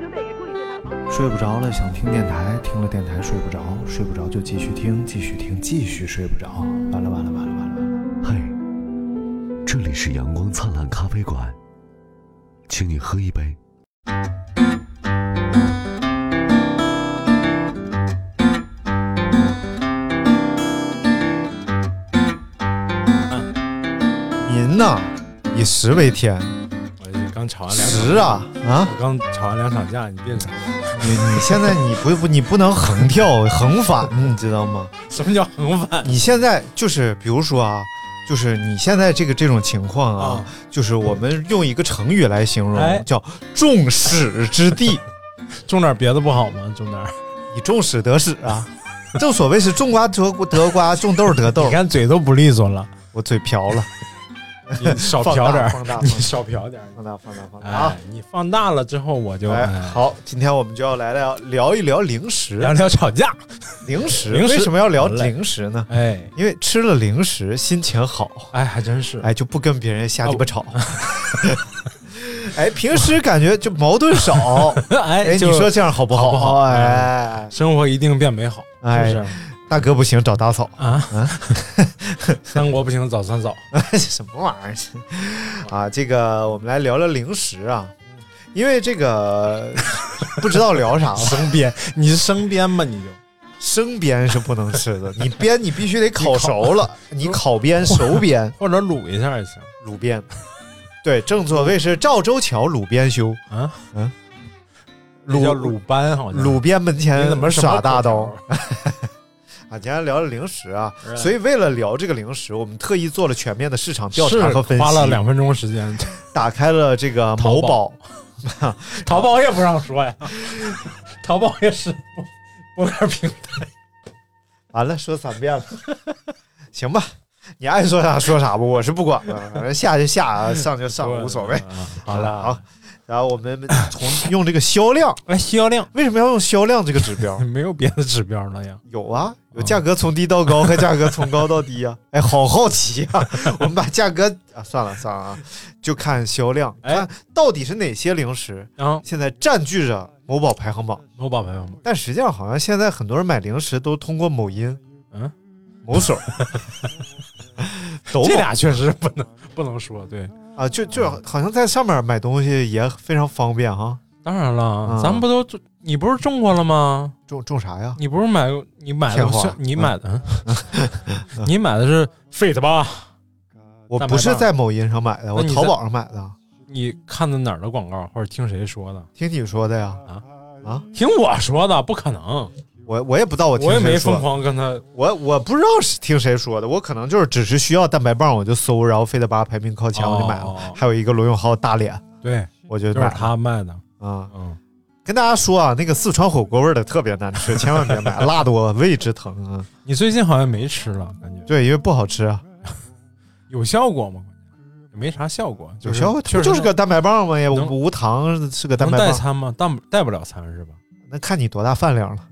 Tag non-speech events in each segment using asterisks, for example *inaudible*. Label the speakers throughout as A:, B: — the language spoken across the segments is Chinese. A: 球队也注意这场。
B: 睡不着了，想听电台，听了电台睡不着，睡不着就继续听，继续听，继续睡不着。完了完了完了完了完了！
C: 嗨，这里是阳光灿烂咖啡馆，请你喝一杯。
D: 您呐，以食为天，
E: 我哎刚吵完两场，
D: 食啊啊！
E: 我刚吵完两场架，你变成
D: 你你现在你不不你不能横跳横反，你知道吗？
E: 什么叫横反？
D: 你现在就是比如说啊，就是你现在这个这种情况啊，
E: 啊
D: 就是我们用一个成语来形容，
E: 哎
D: 叫众矢之的，
E: 种点别的不好吗？种点，
D: 以众矢得矢啊。正所谓是种瓜得得瓜，种豆得豆
E: 你。看嘴都不利索了，
D: 我嘴瓢了， *laughs*
E: 你少
D: 放
E: 嫖
D: 大
E: 点儿，
D: 放大
E: *laughs* 你
D: 放大
E: 少嫖点儿。
D: 放大放大放大啊
E: 哎！，你放大了之后，我就
D: 来，
E: 哎
D: 好，今天我们就要来聊聊一聊零
E: 聊
D: 食，
E: 聊吵架。
D: 零食
E: 零食
D: 为什么要聊
E: 好嘞
D: 零食呢？
E: 哎
D: 因为吃了零食心情好，
E: 哎，还真是。哦
D: 哎，就不跟别人瞎鸡巴吵。 *laughs* 哎，平时感觉就矛盾少，哎，
E: *laughs* *laughs* 哎
D: 你
E: 就
D: 说这样好不
E: 好不好嗯
D: 哎，
E: 生活一定变美好，
D: 哎
E: 是不是？
D: 大哥不行，找大嫂，
E: 三国不行，早三早。
D: *laughs* 什么玩意儿 *laughs* 啊？这个我们来聊聊零食啊，因为这个 *laughs* 不知道聊啥了，
E: 生
D: *laughs*
E: 编，你是生编吧？你就
D: 生煸是不能吃
E: *laughs*
D: 的，你煸你必须得烤熟了，你烤煸、熟煸、
E: 或者 *laughs* 卤一下也行
D: 卤煸。对，正所谓是赵州桥鲁边修，
E: 啊。
D: 嗯，
E: 那叫鲁班好像。
D: 鲁边门前
E: 你怎么什么
D: 耍大刀
E: 口
D: 啊！今天聊了零食啊，
E: 是
D: 所以为了聊这个零食，我们特意做了全面的市场
E: 条？啊
D: 调查和分析，
E: 花了两分钟时间，
D: 打开了这个某
E: 淘
D: 宝
E: 宝，淘宝也不让说呀，淘宝也是博客平台。
D: 完了说三遍了， *laughs* 行吧，你爱说啥说啥吧，我是不管了，反正下就下啊，上就上，无所谓。
E: 啊。好了，
D: 好，，然后我们从用这个销
E: *laughs*
D: 量，
E: 哎，销量
D: 为什么要用销量这个指
E: *laughs*
D: 标？
E: 没有别的指标了呀。
D: 有啊，
E: 嗯
D: 有价格从低到高和价格从高到低
E: *laughs*
D: 啊。哎，好好奇啊！ *laughs* 我们把价格啊算了算了
E: *laughs*
D: 啊，就看销量，
E: 哎
D: 看到底是哪些零食
E: 然后
D: 现在占据着某宝排行榜。
E: 某宝朋友们，
D: 但实际上，好像现在很多人买零食都通过某音、
E: 嗯，
D: 某手、
E: *laughs*
D: 抖
E: 这
D: 某
E: 俩确实不能不能说。对，
D: 啊，就就好像在上面买东西也非常方便哈。
E: 当然了
D: 嗯，
E: 咱们不都种你不是种过了吗？
D: 种种啥呀？
E: 你不是买你买
D: 天
E: 的
D: 花
E: 是你
D: *laughs*
E: 买的，你买的是 Fit 吧？
D: 我
E: 蛋白
D: 不是
E: 棒
D: 在某音上买的，我
E: 那你
D: 淘
E: 在
D: 宝上买的。
E: 你看的哪儿的广告，或者听谁说的？
D: 听你说的呀？
E: 啊
D: 啊！
E: 听我说的，不可能，
D: 我我也不知道我听
E: 我也
D: 谁
E: 没
D: 说的
E: 疯狂跟他。
D: 我我不知道是听谁说的，我可能就是只是需要蛋白棒，我就搜，然后费德巴排名靠前，我就买了。
E: 哦
D: 还有一个罗永浩大脸，
E: 对，
D: 我就
E: 就是
D: 买了
E: 他卖的。
D: 啊、
E: 嗯，
D: 跟大家说啊，那个四川火锅味儿的特别难吃，千万别
E: *laughs*
D: 买，辣的我胃直疼啊。
E: 你最近好像没吃了，感觉
D: 对，因为不好吃啊。
E: 有效果吗？也没啥效果，
D: 有
E: 就是
D: 效果
E: 确实
D: 就是个蛋白棒嘛，也
E: 能
D: 无糖，是个蛋
E: 能
D: 白
E: 带
D: 棒。
E: 餐吗？带不带不了餐是吧？
D: 那看你多大饭量
E: *laughs*
D: 了，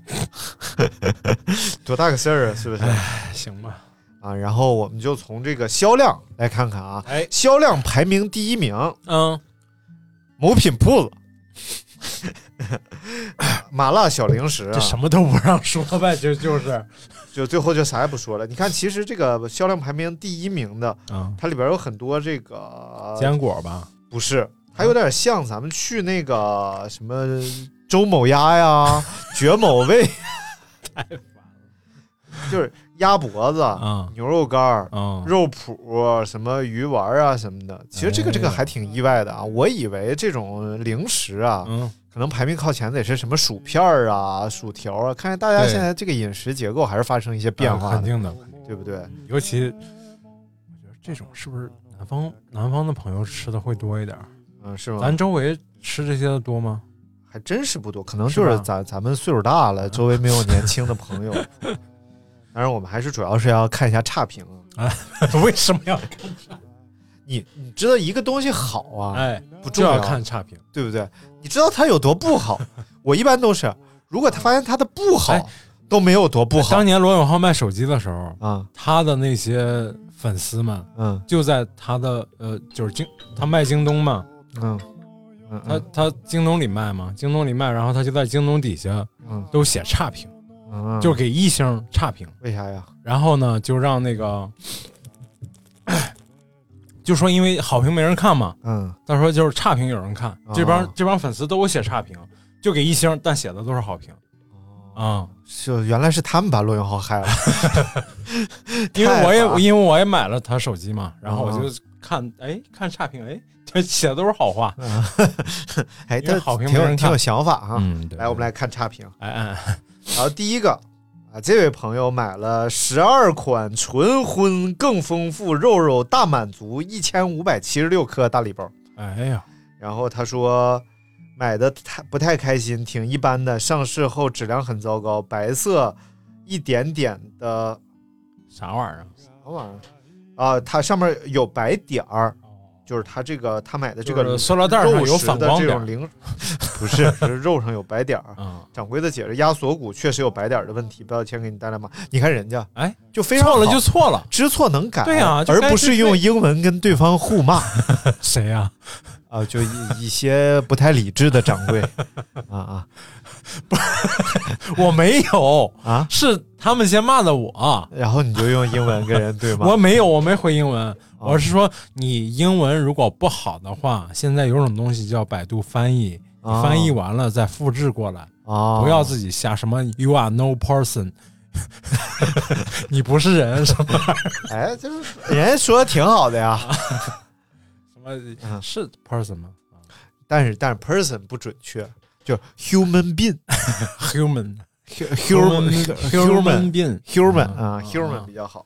D: 多大个事儿啊，是不是？
E: 哎， *laughs* 行吧。
D: 啊，然后我们就从这个销量来看看啊，
E: *laughs* 哎，
D: 销量排名第一名， *laughs*
E: 嗯，
D: 某品铺子，麻辣小零食、啊，
E: 这什么都不让 *laughs* 说呗，就
D: *laughs*
E: 就是，
D: 就最后就啥也不说了。你看，其实这个销量排名第一名的，
E: 嗯，
D: 它里边有很多这个
E: 坚果吧，
D: 不是，它有点像咱们去那个什么周某鸭呀、绝某味，就是鸭脖子、
E: 嗯
D: 牛肉干儿、
E: 嗯，
D: 啊肉脯、什么鱼丸啊什么的。其实这个
E: 哎
D: 这个还挺意外的啊，我以为这种零食啊，
E: 嗯，
D: 可能排名靠前的也是什么薯片儿啊、薯条啊。看来大家
E: 对
D: 现在这个饮食结构还是发生一些变
E: 啊
D: 化
E: 肯
D: 的，
E: 定的，
D: 对不对？
E: 尤其我觉得这种是不是南方南方的朋友吃的会多一点儿？
D: 嗯，是吗
E: 咱？周围吃这些的
D: *laughs*
E: 多吗？
D: 还真是不多，可能
E: 是
D: 就
E: 吧嗯 *laughs*
D: 是咱咱们岁数大了，周围没有年轻的朋友。当然，我们还是主要是要看一下差评啊。
E: 为什么要看？
D: 你你知道一个东西好啊，
E: 哎，
D: 不重
E: 就
D: 要
E: 要看差评。
D: 对不对？你知道它有多不
E: *laughs*
D: 好？我一般都是，如果他发现它的不好、
E: 哎
D: 都没有多不好
E: 当年罗永浩卖手机的时候，
D: 啊，
E: 他的那些粉丝们
D: 嗯
E: 就在他的呃，就是京他卖京东嘛，
D: 嗯嗯，
E: 他他京东里卖嘛，京东里卖，然后他就在京东底下
D: 嗯
E: 都写差评，
D: 嗯
E: 就给一星差评，
D: 为啥呀？
E: 然后呢就让那个， *clears throat* 就说因为好评没人看嘛，
D: 嗯
E: 他说就是差评有人看，这帮、
D: 哦
E: 这帮粉丝都写差评，就给一星，但写的都是好评
D: 哦
E: 啊、
D: 就原来是他们把罗永浩害了，
E: *laughs* 因为我
D: 太好了
E: 也因为我也买了他手机嘛，然后我
D: 哦
E: 就看哎看差评哎， *laughs* 这写的都是好话，
D: 哎，
E: 因
D: *laughs*
E: 为
D: 这
E: 好评
D: 挺
E: 没
D: 有
E: 人
D: 挺有
E: 看
D: 想法啊。
E: 嗯，对
D: 来，我们来看差评。
E: 哎哎
D: 然后第一个啊，这位朋友买了十二款纯荤更丰富肉肉大满足一千五百七十六克大礼包。
E: 哎呀，
D: 然后他说买的太不太开心，挺一般的，上市后质量很糟糕，白色一点点的
E: 啥玩意儿啊？
D: 啥玩意儿啊？它上面有白点儿，就是他这个他买的这
E: 哦就
D: 个
E: 是塑料袋上
D: 肉
E: 有
D: 食
E: 反
D: 的
E: 光
D: 这
E: 点
D: 种
E: 儿
D: 零， *laughs* 不是是肉上有白点儿。
E: 啊，
D: 掌柜的解释，压锁骨确实有白点儿的问题，标签给你带来麻。你看人家，
E: 哎，
D: 就非常
E: 错了
D: 好
E: 就错
D: *laughs*
E: 了，
D: 知错能改，
E: 对呀就
D: 而
E: 该
D: 不
E: 是
D: 是用
E: 对
D: 英文跟对方互骂。
E: 谁呀？
D: 啊，就一一些不太理智的掌柜啊
E: 我没有，
D: 啊啊！
E: 是他们先骂的我，
D: 然后你就用英文跟人对骂，
E: 我没有，我没回英文，
D: 哦
E: 我是说你英文如果不好的话，现在有种东西叫百度翻译，你
D: 啊
E: 翻译完了再复制过来，
D: 啊，
E: 不要自己瞎什么 you are no person，你不是人什么
D: 哎，就是人家说的挺好的呀，
E: 什
D: 嗯
E: 么是 person 吗
D: 但是但是 person 不准确，就 human being
E: ？human
D: hu- human
E: *laughs* human
D: human
E: being
D: human 啊
E: 嗯
D: human
E: 嗯
D: 比较好。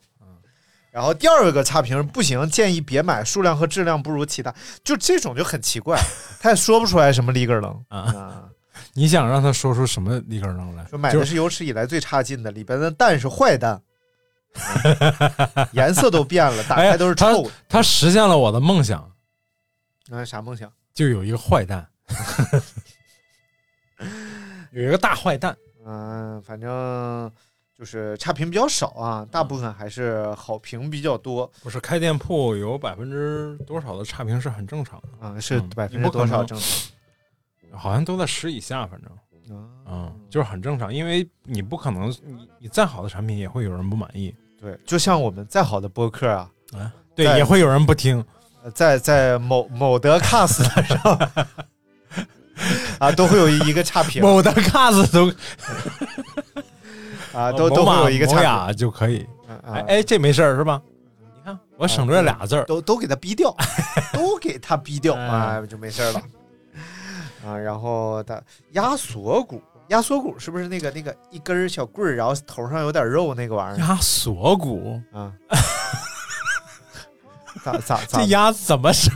D: 然后第二个差评是不行，建议别买，数量和质量不如其他，就这种就很奇怪，他也说不出来什么里格楞
E: 啊
D: 啊。
E: 你想让他说出什么里根儿能来？
D: 说买
E: 就
D: 的是有史以来最差劲的，里边的蛋是坏蛋，颜色都变了，打
E: 哎呀
D: 开都是臭的。
E: 他实现了我的梦想，
D: 那、啥梦想？
E: 就有一个
D: *laughs*
E: 坏蛋，有一个大坏蛋。
D: 嗯、反正就是差评比较少啊，大部分还是好评比较多
E: 不是开店铺有百分之多少的差评是很正常的，
D: 啊、是
E: 嗯
D: 百分
E: 你
D: 之
E: 不可
D: 多少
E: 能
D: 正常？
E: 好像都在十以下，反正
D: 啊
E: 嗯，就是很正常，因为你不可能你你再好的产品也会有人不满意，
D: 对，就像我们再好的播客啊，
E: 对，
D: 对
E: 也会有人不听，
D: 呃在在某某德 cast 上
E: *laughs*
D: 啊，都会有一个差评
E: 某的 cos 都
D: 啊，都都会有一个
E: 某
D: 差
E: 雅就可以，
D: 评。啊
E: 哎哎，这没事儿是吧？你看我省略俩字儿，
D: 都都给他逼掉，都给他逼掉
E: 哎
D: 啊，就没事儿了。啊，然后他压锁骨，压锁骨是不是那个那个一根儿小棍儿，然后头上有点肉那个玩意儿
E: 压锁骨，
D: 啊？ *laughs* 咋咋咋
E: 这？压怎么省？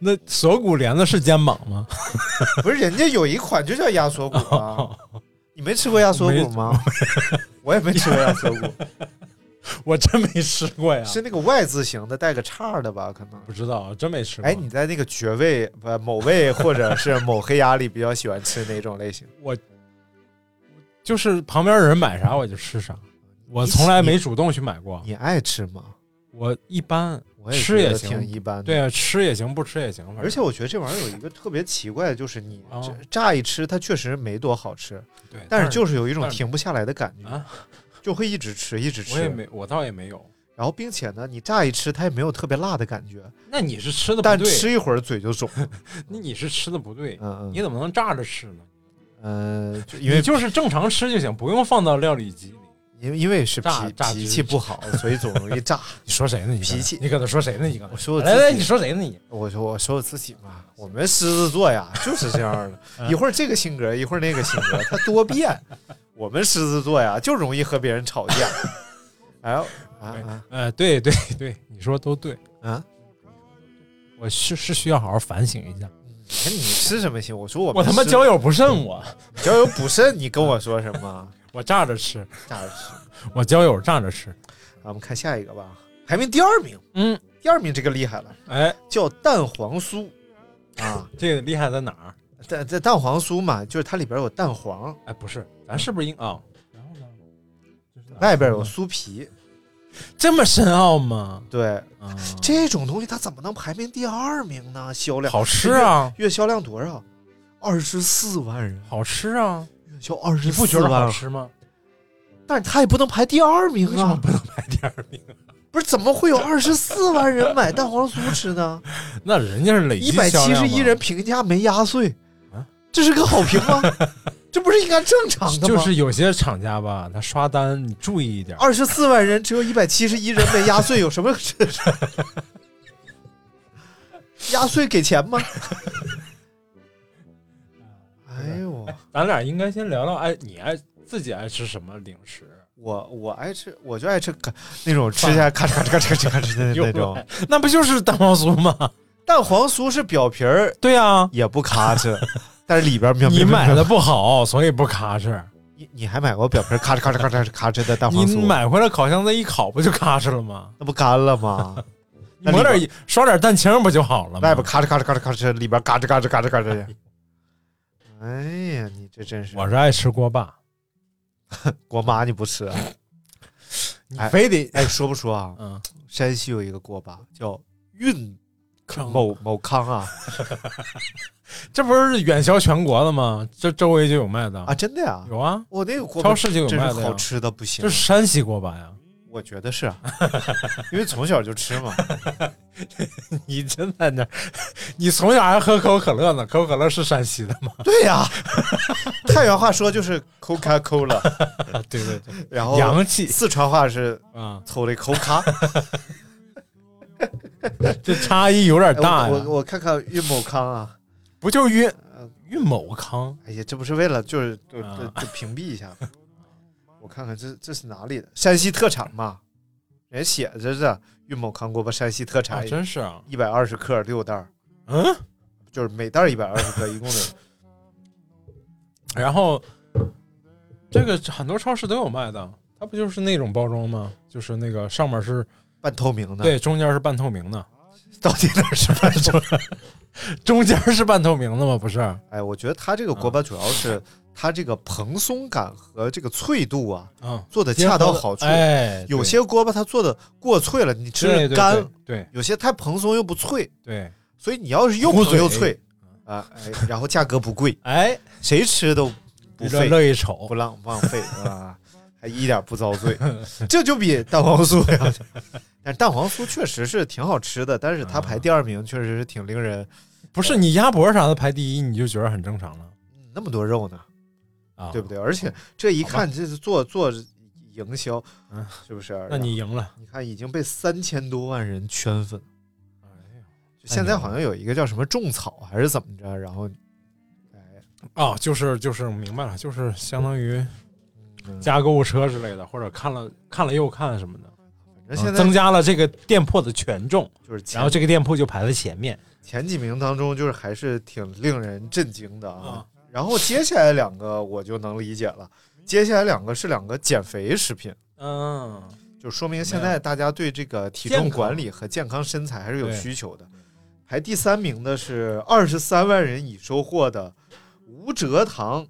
E: 那锁骨连的是肩膀吗？
D: 不是人家有一款就叫压锁骨啊？你没吃过压锁骨吗？我也没吃过压锁骨，
E: 我真没吃过呀，
D: 是那个 Y 字形的带个叉儿的吧？可能。
E: 不知道，真没吃过。
D: 哎，你在那个穴位不某位或者是某黑鸭里比较喜欢吃哪种类型？
E: 就是旁边有人买啥我就吃啥，我从来没主动去买过。
D: 你爱吃吗？
E: 我一般
D: 我也
E: 吃
D: 觉
E: 也
D: 得挺
E: 行，
D: 一般的。
E: 对，啊，吃也行，不吃也行，反正
D: 而且我觉得这玩意儿有一个特别奇怪的，就是你
E: 哦
D: 这乍一吃，它确实没多好吃，
E: 对，
D: 但是就是是有一种
E: 但是
D: 停不下来的感觉，
E: 啊，
D: 就会一直吃，一直
E: 我也
D: 吃。
E: 没，我倒也没有。
D: 然后，并且呢，你乍一吃，它也没有特别辣的感觉，
E: 那你是吃的
D: 但
E: 不哦对，
D: 吃一会儿嘴就
E: *laughs*
D: 肿。
E: 那你是吃的不对，
D: 嗯
E: 你
D: 嗯
E: 怎么能炸着吃呢？
D: 呃，就因为
E: 你就是正常吃就行，不用放到料理机里。
D: 因为因为是脾
E: 炸炸
D: 脾
E: 鸡
D: 气不好，所以总容易炸。
E: 你说谁呢？你搁那
D: 脾气
E: 你搁那说谁呢？你搁那
D: 我说我自
E: 来来，
D: 己
E: 你说谁呢？你
D: 我说我说我自己嘛，我们狮子座呀就是这样的，一会儿这个性格，一会儿那个性格，它多变。我们狮子座呀就容易和别人吵架。哎呦啊啊
E: 呃，对对对，你说都对，
D: 啊！
E: 我是是需要好好反省一下。
D: 哎你看你吃什么心？我说我们
E: 我他妈
D: 狮
E: 交友不慎我，
D: 交友不慎，你跟我说什么？
E: 我炸着吃，
D: 那是
E: 我交友炸着吃。
D: 啊我们看下一个吧，排名第二名，
E: 嗯，
D: 第二名这个厉害了，
E: 哎，
D: 叫蛋黄酥啊，
E: 这个厉害在哪儿？
D: 蛋这蛋黄酥嘛，就是它里边有蛋黄，
E: 哎，不是，咱是不是应啊？然后呢？
D: 外边有酥皮，
E: 这么深奥吗？
D: 对，
E: 啊，
D: *laughs* 这种东西它怎么能排名第二名呢？销量
E: 好吃啊，
D: 月，月销量多少？二十四万人，
E: 好吃啊，
D: 月销二
E: 你
D: 十
E: 不
D: 四
E: 觉得好
D: 万，
E: 吃吗？
D: 但是它也不能排第二名
E: 为什么
D: 啊！
E: 不能排第二名？啊
D: 不是怎么会有二十四万人买蛋黄酥吃
E: *laughs*
D: 呢？
E: 那人家是累计
D: 一百
E: 销
D: 七
E: 量
D: 十
E: 嘛
D: 一人评价没压碎
E: 啊，
D: 这是个好评吗？ *laughs* 这不是应该正常的吗？
E: 就是有些厂家吧，他刷单你注意一点。
D: 二十四万人，只有一百七十一人没压岁，有什么？ *laughs* 压岁给钱
E: *laughs*
D: 吗？哎呦，
E: 咱俩应该先聊聊，哎，你爱自己爱吃什么零食？
D: 我我爱吃，我就爱吃咔那种吃下来咔哧咔哧咔哧咔哧咔哧的
E: *laughs*
D: 那种。
E: 那不就是蛋黄酥吗？
D: 蛋黄酥是表皮儿
E: 对啊，
D: 也不咔哧，但是里边儿喵喵
E: 你
D: 喵喵
E: 买的不好，所以不咔哧。
D: 你你还买过表皮儿咔哧咔哧咔哧咔哧的蛋黄
E: 你
D: 酥？
E: 买回来烤箱再一烤，不就咔哧了吗？
D: 那不干了吗？那
E: *laughs* 你抹
D: 里
E: 点刷点蛋清不就好了吗？
D: 外边咔哧咔哧咔哧咔哧，里边咔哧咔哧咔哧咔哧的。 *laughs* 哎呀，你这真是
E: 我是爱吃锅巴，
D: 锅巴你不吃啊？
E: 你
D: 哎
E: 非得
D: 哎，说不说啊？
E: 嗯，
D: 山西有一个锅巴叫运某某康啊
E: 这不是远销全国的吗？这周围就有卖的
D: 啊，，真的呀！
E: 嗯有啊，
D: 我那个锅巴
E: 超市就有
D: 真是
E: 卖的呀
D: 好，吃的不行
E: 这，是山西锅巴呀。
D: 我觉得是
E: *laughs*
D: 啊，因为从小就吃嘛。
E: 你真在那儿， *laughs* 你从小还喝可口可乐呢？可口可乐是山西的吗？
D: 对
E: *laughs*
D: 呀，太原话说就是 Coca Cola，
E: 啊，对对对，
D: 然后
E: *laughs* 洋气
D: 四川话是
E: 啊，
D: 抽的 Coca。
E: 这差异有点大
D: 哎我
E: 呀
D: 我。我看看运某康啊，
E: 不就是运
D: 呃
E: 运某康？
D: 哎呀，这不是为了就是就
E: 啊
D: 就就屏蔽一下吗， *laughs* 我看看这这是哪里的？山西特产嘛，人家写着是运某康锅巴山西特
E: 啊，
D: 产，
E: 真是啊，
D: 一百二十克六袋儿，
E: 嗯。
D: 就是每袋一百二十克，
E: *laughs*
D: 一共得。
E: 然后这个很多超市都有卖的，它不就是那种包装吗？就是那个上面是
D: 半透明的，，
E: 对，中间是半透明的，
D: *laughs* 到底哪儿是半透明？
E: *laughs* 中间是半透明的吗？不是？
D: 哎，我觉得它这个
E: 啊
D: 锅巴主要是它这个蓬松感和这个脆度啊
E: 嗯，
D: 做的恰到好处。
E: 哎，
D: 有些锅巴它做的过脆了，你吃
E: 对
D: 着
E: 对
D: 干；
E: 对
D: 有些太蓬松又不脆，
E: 对对，
D: 所以你要是又
E: 糊
D: 蓬又
E: 嘴
D: 脆啊、哎，然后价格不贵，
E: 哎，
D: 谁吃都不
E: 乐
D: 费
E: 乐一瞅
D: 不，浪不浪费啊，还一点不遭罪，这就比蛋黄酥要强。但是蛋黄酥确实是挺好吃的，但是它
E: 嗯
D: 排第二名确实是挺令人
E: 不是你鸭脖啥的排第一，你就觉得很正常了
D: 嗯那么多肉呢，
E: 啊？
D: 对不？对？而且这一看这是做做营销
E: 嗯，
D: 是不是？
E: 那你赢了。
D: 你看已经被三千多万人圈粉，
E: 哎
D: 就现在好像有一个叫什么种草还是怎么着，然后哎，
E: 哦，就是就是明白了，就是相当于
D: 嗯
E: 加购物车之类的，或者看了看了又看什么的，
D: 反正现在
E: 啊增加了这个店铺的权重，
D: 就是前
E: 然后这个店铺就排在前面。
D: 前几名当中，就是还是挺令人震惊的啊
E: 啊。
D: 然后接下来两个我就能理解了，接下来两个是两个减肥食品，
E: 嗯，
D: 就说明现在大家对这个体重管理和健康身材还是有需求的。排第三名的是二十三万人已收获的无蔗糖，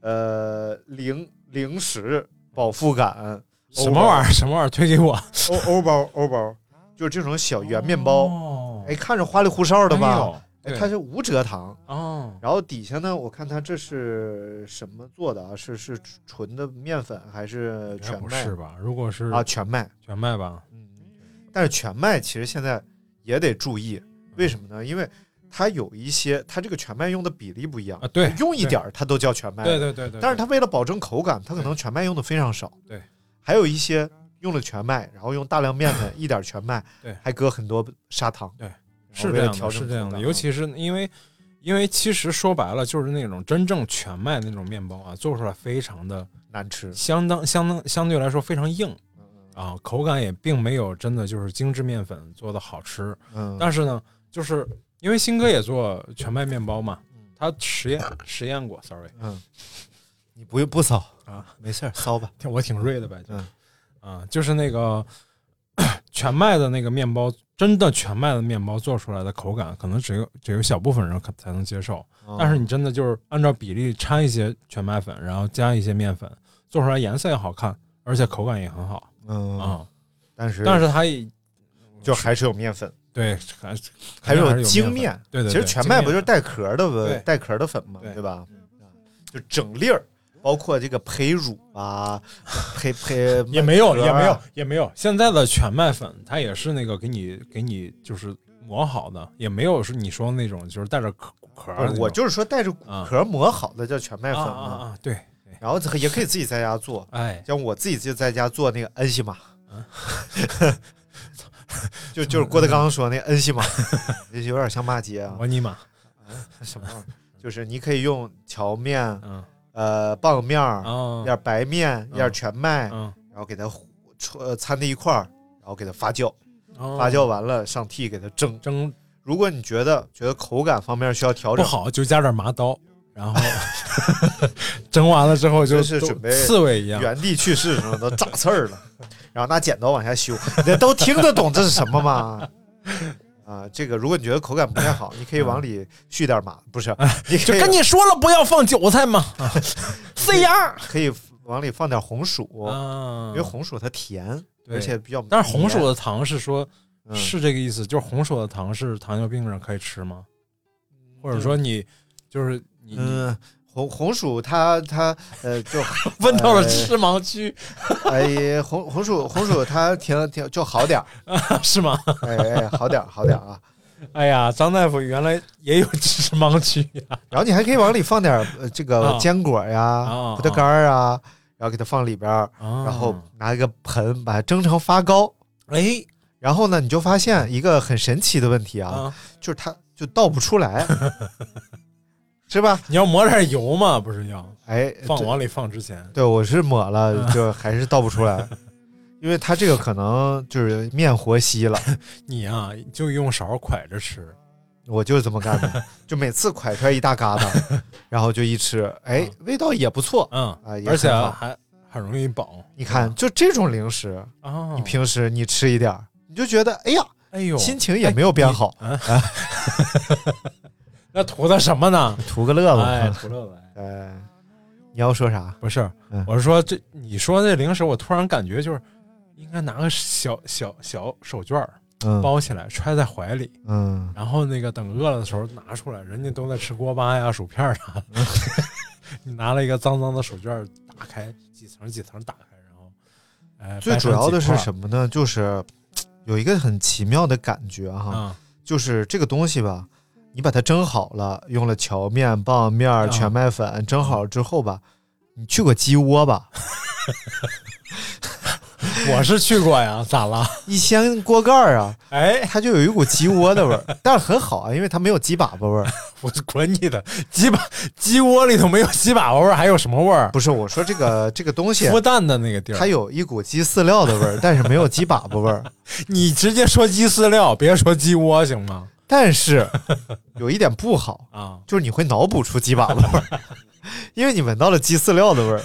D: 呃，零零食饱腹感
E: 什么玩意儿？什么玩意儿？推给我
D: 欧欧包欧包，就是这种小 *laughs* 圆面包，
E: 包
D: 哎，看着花里胡哨的吧？？
E: 哦哎
D: 哎
E: 呦，
D: 它是无蔗糖。
E: 哦，
D: 然后底下呢，我看它这是什么做的啊？是是纯的面粉还是
E: 应该
D: 全
E: 哎不
D: 麦
E: 是吧？如果是
D: 啊？全麦，
E: 全麦吧，
D: 嗯。但是全麦其实现在也得注意，为什么呢？因为它有一些，它这个全麦用的比例不一样
E: 啊对
D: 用一点儿它都叫全麦，
E: 对对对对，
D: 但是它为了保证口感，它可能全麦用的非常少。
E: 对，
D: 还有一些用了全麦，然后用大量面粉，一点儿全麦，
E: 对
D: 还搁很多砂糖，
E: 对
D: 然后
E: 是
D: 为
E: 这
D: 了
E: 样
D: 调
E: 的，
D: 整啊
E: 是这样
D: 口
E: 的，
D: 感
E: 尤其是因为。因为其实说白了，就是那种真正全麦那种面包啊，做出来非常的
D: 啊难吃，
E: 相当相当相对来说非常硬
D: 嗯
E: 啊，口感也并没有真的就是精致面粉做的好吃。
D: 嗯，
E: 但是呢，就是因为新哥也做全麦面包嘛，他实验实验过，sorry，
D: 嗯，你不用不骚
E: 啊，
D: 没事儿骚吧。
E: 挺 *laughs* 我挺锐的呗，就
D: 嗯
E: 啊，就是那个全麦的那个面包，真的全麦的面包做出来的口感，可能只有只有小部分人可才能接受。
D: 哦
E: 但是你真的就是按照比例掺一些全麦粉，然后加一些面粉，做出来颜色也好看，而且口感也很好
D: 嗯，
E: 啊、
D: 但是
E: 但是它也
D: 就还是有面粉，
E: 对，还是
D: 还
E: 是
D: 有精
E: 精面粉，对对对，
D: 其实全麦不就是
E: 是
D: 带壳的
E: 对
D: 呗，带壳的粉嘛，
E: 对
D: 对吧？就整粒儿，包括这个胚乳啊， *laughs* 胚胚
E: *laughs* 也没有
D: 壳啊
E: 也没有也没有，现在的全麦粉它也是那个给你给你就是磨好的，也没有是你说那种就是带着壳壳儿
D: 不
E: 那
D: 是
E: 种，
D: 我就是说带着骨壳磨好的叫全麦
E: 啊
D: 粉
E: 啊
D: 嘛，
E: 啊，对，
D: 然后也可以自己在家做，
E: 哎，
D: 像我自己就在家做那个恩西玛，
E: 嗯
D: 就就是郭德纲说那个恩西
E: *laughs*
D: 玛，就有点像骂街啊，
E: 我尼玛，
D: 什么玩意儿？就是你可以用荞面、
E: 嗯
D: 呃棒面儿、一
E: 啊
D: 点白面、一点全麦，
E: 嗯，
D: 然后给它糊呃掺在一块儿，然后给它发酵，
E: 哦
D: 发酵完了上屉给它蒸。
E: 蒸
D: 如果你觉得觉得口感方面需要调
E: 不
D: 整，
E: 好就加点麻刀，然
D: *laughs*
E: 后 *laughs* 蒸完了之后就
D: 就是
E: 都
D: 准备
E: 刺猬一样，
D: 原地去世什么的炸刺儿了，然后拿剪刀往下修，你都听得懂这是什么吗？ *laughs* 啊，这个如果你觉得口感不太好，你可以往里续点麻，不是？你
E: 嗯啊就
D: 可以
E: 跟你说了不要放韭菜嘛，啊
D: *laughs*
E: 这样。
D: 可以往里放点红薯，
E: 嗯
D: 因为红薯它甜，
E: 对
D: 而且比较。
E: 但是红薯的糖是说，
D: 嗯
E: 是这个意思，就是红薯的糖是糖尿病人可以吃吗？或者说你就是你
D: 嗯，红红薯它它呃就
E: 问到了吃盲区
D: 哎红红薯红薯它挺挺就好点儿，
E: 是吗？ *laughs*
D: 哎哎好点儿好点儿啊。
E: 哎呀，张大夫原来也有吃盲区
D: 然后你还可以往里放点儿呃这个
E: 啊
D: 坚果呀、
E: 啊
D: 葡萄干儿啊，然后给它放里边儿，
E: 啊
D: 然后拿一个盆把它蒸成发糕。
E: 哎
D: 然后呢，你就发现一个很神奇的问题啊，
E: 啊，
D: 就是它就倒不出来，是吧？
E: 你要抹点油嘛，不是要
D: 哎，
E: 放
D: 对
E: 往里放之前
D: 对，我是抹了，就还是倒不出来，因为它这个可能就是面和稀了，
E: 你啊就用勺蒯着吃，
D: 我就是这么干的，就每次蒯出来一大疙瘩，然后就一吃，哎，味道也不错。
E: 嗯
D: 啊也，
E: 而且
D: 很好
E: 还很容易饱
D: 你看，就这种零食，
E: 啊。
D: 你平时你吃一点儿，你就觉得哎呀，
E: 哎呦，
D: 心情也没有变好，
E: 那图的什么呢？
D: 图个乐
E: 哎，
D: *laughs* 吧。
E: 图乐呗。
D: 哎，你要说啥？
E: 不是，
D: 嗯
E: 我是说这你说这零食，我突然感觉就是应该拿个小小小手绢儿
D: 嗯
E: 包起来，揣在怀里，
D: 嗯，
E: 然后那个等饿了的时候拿出来，人家都在吃锅巴呀、薯片儿啥
D: *laughs*
E: 的，你拿了一个脏脏的手绢儿打开几层几层打开，然后哎，
D: 最主要的是什
E: 么
D: 么呢？就是有一个很奇妙的感觉哈，
E: 啊？
D: 就是这个东西吧，你把它蒸好了，用了荞面、棒面儿、
E: 啊
D: 全麦粉蒸好了之后吧，你去过鸡窝吧？
E: 我是去过呀，
D: *laughs*
E: 咋了？
D: 一掀锅盖儿啊，
E: 哎，
D: 它就有一股鸡窝的味儿，但是很好啊，因为它没有鸡粑粑味儿。
E: 我滚你的！鸡巴鸡窝里头没有鸡粑粑味儿，还有什么味儿？
D: 不是，我说这个这个东西，
E: 孵蛋的那个地儿，
D: 它有一股鸡饲料的味儿，但是没有鸡粑粑味儿。
E: 你直接说鸡饲料，别说鸡窝行吗？
D: 但是有一点不好，
E: 啊，
D: 就是你会脑补出鸡粑粑味儿，因为你闻到了鸡饲料的味儿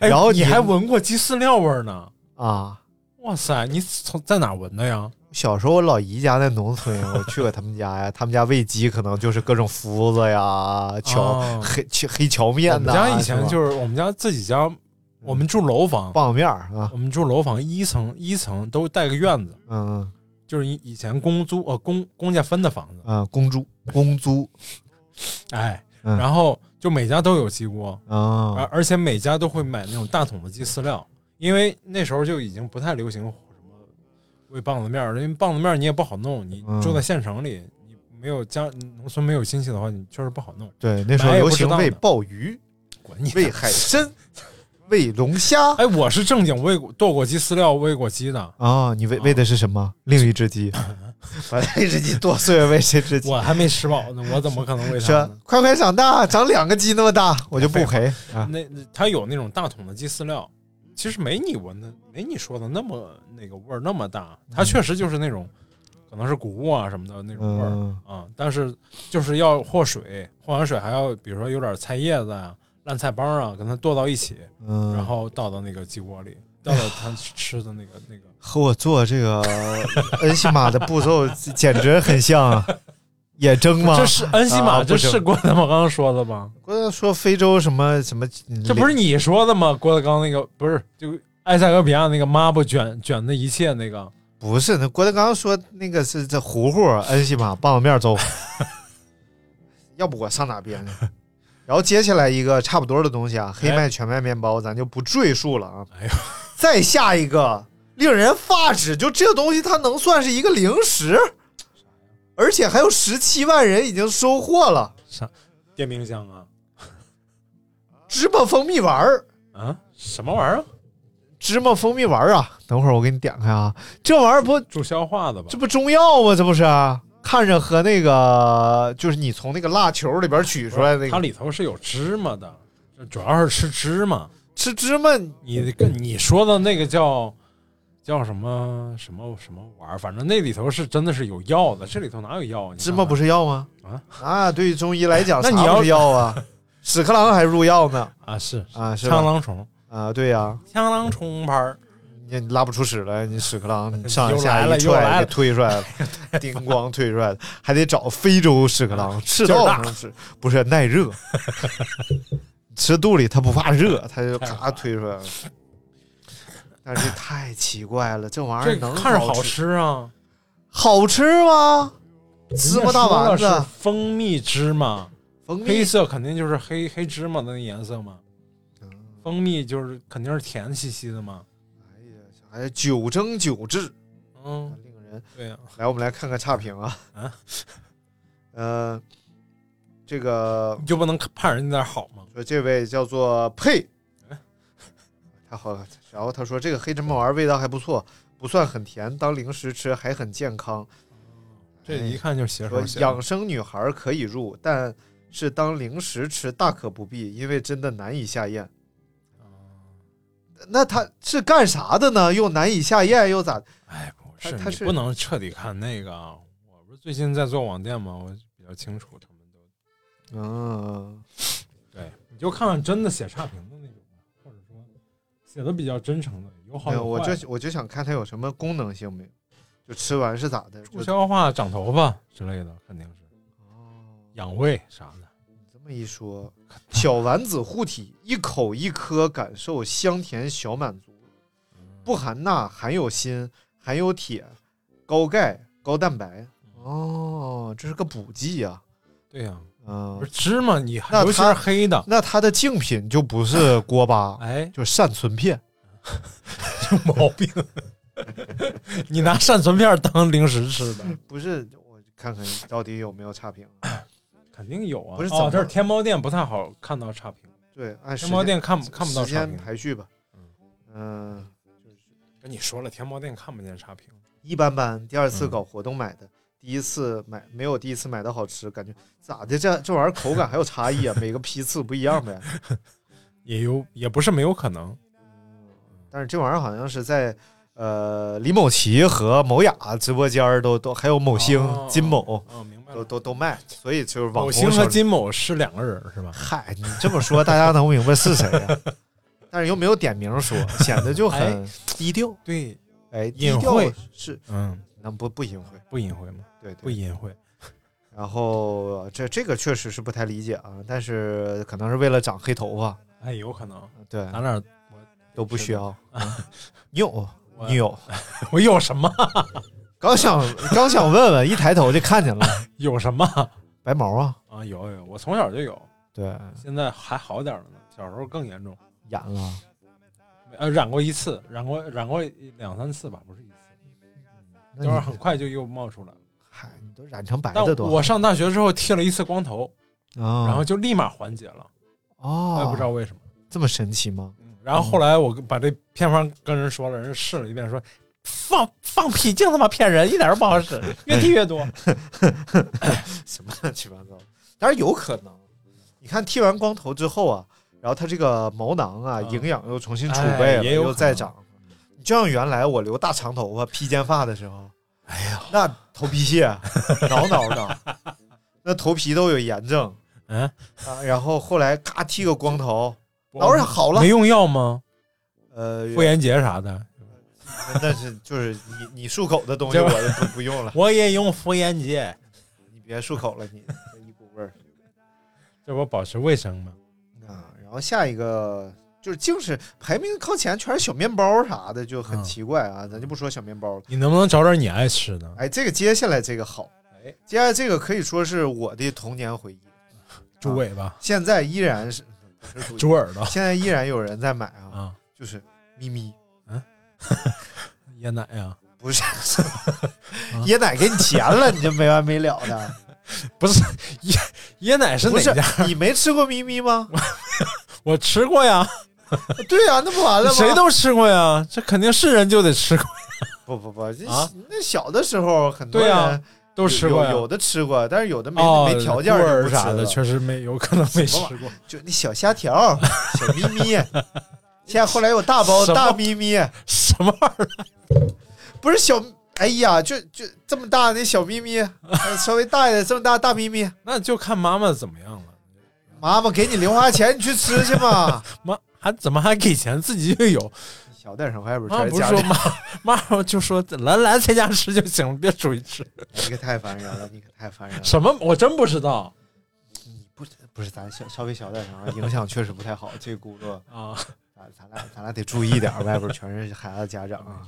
E: 哎
D: 然后
E: 你
D: 你
E: 还闻过鸡饲料味儿呢？
D: 啊。
E: 哇塞，你从在哪儿闻的呀？
D: 小时候我老姨家在农村，我去过他们家呀，他们家喂鸡可能就是各种麸子呀、荞、
E: 哦
D: 黑黑黑荞
E: 我
D: 面
E: 们
D: 呐，
E: 家以前
D: 是吧嗯
E: 就是我们家自己家，我们住楼房，
D: 棒面儿啊，
E: 我们住楼房一层一层都带个院子，
D: 嗯
E: 就是以以前公租呃公公家分的房子，
D: 嗯，公猪公猪
E: 哎，
D: 嗯
E: 然后就每家都有鸡窝，而
D: 啊，
E: 而且每家都会买那种大桶的鸡饲料，因为那时候就已经不太流行什么喂棒子面儿了，因为棒子面儿你也不好弄，你
D: 嗯
E: 住在县城里，你没有家农村没有亲戚的话，你确实不好弄。
D: 对，那时候
E: 买也
D: 流
E: 不知
D: 行
E: 道
D: 喂
E: 呢
D: 鲍鱼、
E: 滚你！
D: 喂海参、喂龙虾
E: 哎，我是正经喂过剁过鸡饲料，喂过鸡的，
D: 啊，你喂
E: 啊
D: 喂的是什么？另一只鸡， *laughs* 把另一只鸡剁碎了喂这只鸡
E: 我。还没吃饱呢，我怎么可能喂它
D: 说
E: 呢？
D: *laughs* 快快长大，长两个鸡那么大，我就不赔啊！
E: 那那它有那种大桶的鸡饲料，其实没你闻的，没你说的那么那个味儿那么大，
D: 嗯
E: 它确实就是那种可能是谷物啊什么的那种味儿。
D: 嗯
E: 啊、但是就是要和水，和完水还要比如说有点菜叶子呀、烂菜帮啊，跟它剁到一起，
D: 嗯，
E: 然后倒到那个鸡窝里，倒到他吃的那个那个。
D: 和我做这个 *laughs* 恩西玛的步骤简直很像啊！也蒸吗？
E: 这是恩西
D: 啊
E: 玛，
D: 不
E: 这
D: 蒸
E: 是郭德纲刚说的吗？
D: 我说非洲什么什么，
E: 这不是你说的吗？郭德纲那个不是就埃塞俄比亚那个抹布卷卷的一切那个，
D: 不是那郭德纲说那个是这糊糊恩西玛棒子面
E: *laughs*
D: 粥，要不我上哪编呢？然后接下来一个差不多的东西啊，黑麦全麦面包咱就不赘述了啊。
E: 哎哎呦
D: 再下一个令人发指，就这东西它能算是一个零食，而且还有十七万人已经收获了
E: 电冰箱啊
D: 芝麻蜂蜜丸儿。
E: 啊什么玩意儿？
D: 芝麻蜂蜜丸儿啊，等会儿我给你点开啊，这玩意儿不
E: 助消化的吧
D: 这？不中药吗？这不是啊看着和那个就是你从那个辣球里边取出来那
E: 它
D: 个
E: 里头是有芝麻的，这主要是吃芝麻。
D: 吃芝麻，
E: 你跟你说的那个叫叫什么什么什么玩意儿？反正那里头是真的是有药的，这里头哪有药啊？
D: 芝麻不
E: 是
D: 是药吗？
E: 啊
D: 啊，对于中医来讲，
E: 那你
D: 啥不
E: 要
D: 是药啊？屎壳郎还入药呢
E: 啊，是
D: 啊，是
E: 蜈
D: 吧？
E: 蚣虫，
D: 啊，对呀、
E: 蜈蚣虫牌儿，
D: 你你拉不出屎来，你屎壳郎
E: *laughs*
D: 你上
E: 又
D: 下
E: 来
D: 一
E: 了又
D: 踹
E: 来
D: 给
E: 了
D: 推出来
E: *laughs*
D: 了，叮咣推出来了，还得找非洲屎壳
E: *laughs*
D: 郎，赤
E: 劲儿
D: 道
E: 大
D: 上吃，不是耐热，
E: *laughs*
D: 吃肚里它不怕热，它就咔推出来了。但
E: *laughs*
D: 是这太奇怪了，这玩意
E: 这
D: 儿能
E: 看着
D: 好
E: 好？吃啊！
D: 好吃吗？芝麻大丸
E: 人家说了
D: 子
E: 是，蜂蜜芝麻，
D: 蜂
E: 黑
D: 蜜
E: 色肯定就是黑黑芝麻的那颜色嘛，
D: 嗯
E: 蜂蜜就是肯定是甜兮兮的嘛。
D: 哎，九蒸九制，啊
E: 嗯，
D: 令人
E: 对呀、
D: 来，我们来看看差评啊。
E: 啊
D: 呃，这个
E: 你就不能盼人家点好吗？
D: 说这位叫做呸，他好，然后他说这个黑芝麻丸儿味道还不错，不算很甜，当零食吃还很健康。
E: 这一看就是携
D: 哎说
E: 手写的
D: 养生女孩儿可以入，但是当零食吃大可不必，因为真的难以下咽。
E: 啊
D: 那他是干啥的呢？又难以下咽，又咋？
E: 哎，不
D: 他
E: 是，
D: 他
E: 你
D: 是
E: 不能彻底看那个啊。我不是最近在做网店嘛，我比较清楚他们都
D: 嗯，
E: 对，你就看看真的写差评的那种，或者说写的比较真诚的，有好
D: 没有，
E: 有
D: 我
E: 坏的。
D: 就我就想看它有什么功能性没有，就吃完是咋的？
E: 助
D: 就
E: 消化、长头发之类的，肯定是
D: 哦
E: 养胃啥的。
D: 这么一说，小丸子护体，一口一颗感受香甜小满足，
E: 嗯
D: 不含钠，含有锌，含有铁，高钙、高蛋白。
E: 嗯
D: 哦，这是个补剂啊。
E: 对呀、
D: 嗯
E: 不是，芝麻你
D: 那
E: 还尤其
D: 它
E: 是黑的，
D: 那它的竞品就不是锅巴，
E: 哎，
D: 就是善存片。
E: 有 *laughs* 毛病。你拿善存片当零食吃的，
D: 不是，我看看到底有没有差评啊。
E: 肯定有啊。
D: 不是怎么
E: 哦，这是天猫店不太好看到差评，
D: 对，按时
E: 天猫
D: 间
E: 店看不看不到
D: 时
E: 差
D: 间
E: 评。
D: 排序吧。嗯、
E: 哎跟你说了，天猫店看不见差评。
D: 一般般。第二次
E: 嗯
D: 搞活动买的，第一次买没有第一次买的好吃，感觉咋的？这这玩意儿口感还有差异啊，每个批次不一样
E: *laughs*
D: 呗。
E: 也有也不是没有可能。
D: 但是这玩意儿好像是在呃李某琦和某雅直播间儿都都还有某星、
E: 哦
D: 金某
E: 哦，明白
D: 都
E: 了。
D: 都都卖，所以就是网
E: 某
D: 红
E: 星和
D: 手里
E: 金某是两个人是吧？
D: 嗨，你这么说大家能明白是谁呀、但是又没有点名说，显得就很
E: 哎
D: 低调。
E: 对，
D: 哎，
E: 隐晦
D: 低调是
E: 嗯，
D: 那不不隐晦，
E: 不隐晦吗？
D: 对对
E: 不隐晦。
D: 然后这这个确实是不太理解啊，但是可能是为了长黑头发，
E: 哎，有可能，
D: 对，
E: 咱俩
D: 都不需要。嗯你有
E: 我
D: 你有，
E: *laughs* 我有什么 *laughs*
D: 刚想刚想问问，一抬头就看见了
E: 有什么
D: 白毛啊，
E: 啊？有有，我从小就有，
D: 对，
E: 现在还好点儿了呢，小时候更严重，
D: 染了，
E: 呃，染过一次，染过染过两三次吧，不是一次，
D: 那
E: 就是
D: 你
E: 很快就又冒出来了。
D: 嗨，你都染成白
E: 但
D: 的多好，
E: 我上大学之后剃了一次光头，
D: 啊，
E: 然后就立马缓解了，我也不知道
D: 哦，
E: 为什么。
D: 这么神奇吗？
E: 然后后来我把这偏方跟人说了，人试了一遍说。放放屁，净他妈骗人，一点都不好使，越剃越多。
D: 什么乱七八糟的？当然有可能。你看剃完光头之后啊，然后他这个毛囊啊，
E: 嗯
D: 营养又重新储备了，
E: 哎也有
D: 又再
E: 可能
D: 长了。你就像原来我留大长头发、披肩发的时候，啊 *laughs* 哎呀，那头皮屑挠挠的，那头皮都有炎症，
E: 嗯，
D: 啊，然后后来嘎剃个光头， *laughs* 老是好了
E: 没，用药吗？ *laughs*
D: 呃，
E: 妇炎洁啥的，
D: 但是就是你你漱口的东西
E: 就
D: 我就不不用了，
E: 我也用妇炎洁，
D: 你别漱口了，你一股味儿
E: 这不保持卫生吗？嗯
D: 啊。然后下一个就是净是排名靠前全是小面包啥的，就很
E: 嗯
D: 奇怪啊，咱就不说小面包了。
E: 你能不能找点你爱吃的？
D: 哎，这个接下来这个好
E: 哎，
D: 接下来这个可以说是我的童年回忆，
E: 猪尾巴、
D: 现在依然是不是主
E: 猪耳朵
D: 现在依然有人在买啊，
E: 啊，
D: 就是咪咪，
E: 椰奶啊呀，
D: 不是
E: 嗯
D: 椰奶给你钱了，你就没完没了
E: *laughs*
D: 的。
E: 不是椰椰奶是
D: 不
E: 哪
D: 是
E: 家？
D: 你没吃过咪咪
E: *laughs*
D: 吗？
E: 我吃过呀，
D: 对呀、那不完了吗？
E: 谁都吃过呀，这肯定是人就得吃过，
D: 不不不，这
E: 啊
D: 那小的时候很多
E: 对啊
D: 人
E: 呀都吃过呀
D: 有，有的吃过，但是有的没
E: 哦，
D: 没条件
E: 猪
D: 就
E: 耳
D: 不吃
E: 啥的，
D: 了。
E: 确实没有可能没吃
D: 什么玩
E: 过。
D: 就那小虾
E: *laughs*
D: 条、小咪咪，现在后来有大包
E: 什么
D: 大咪咪，
E: 什么玩意儿？
D: 不是小，哎呀，就就这么大那小咪咪，呃稍微大一点这么大大咪咪，
E: 那就看妈妈怎么样了。
D: 妈妈给你零花钱，你去吃去
E: *laughs*
D: 嘛。
E: 妈还怎么还给钱？自己就有。
D: 小点声，还不
E: 妈
D: 揣
E: 啊不是
D: 家
E: 说
D: 里，
E: 妈 *laughs* 妈就说来来在家吃就行了，别出去吃。
D: 你可太烦人了，你可太烦人了。
E: 什么？我真不知道
D: 你不是不是，咱小稍微小点声啊，影响确实不太好。这轱辘，
E: 啊。
D: 咱咱俩咱俩得注意点儿，外边全是孩子家长啊。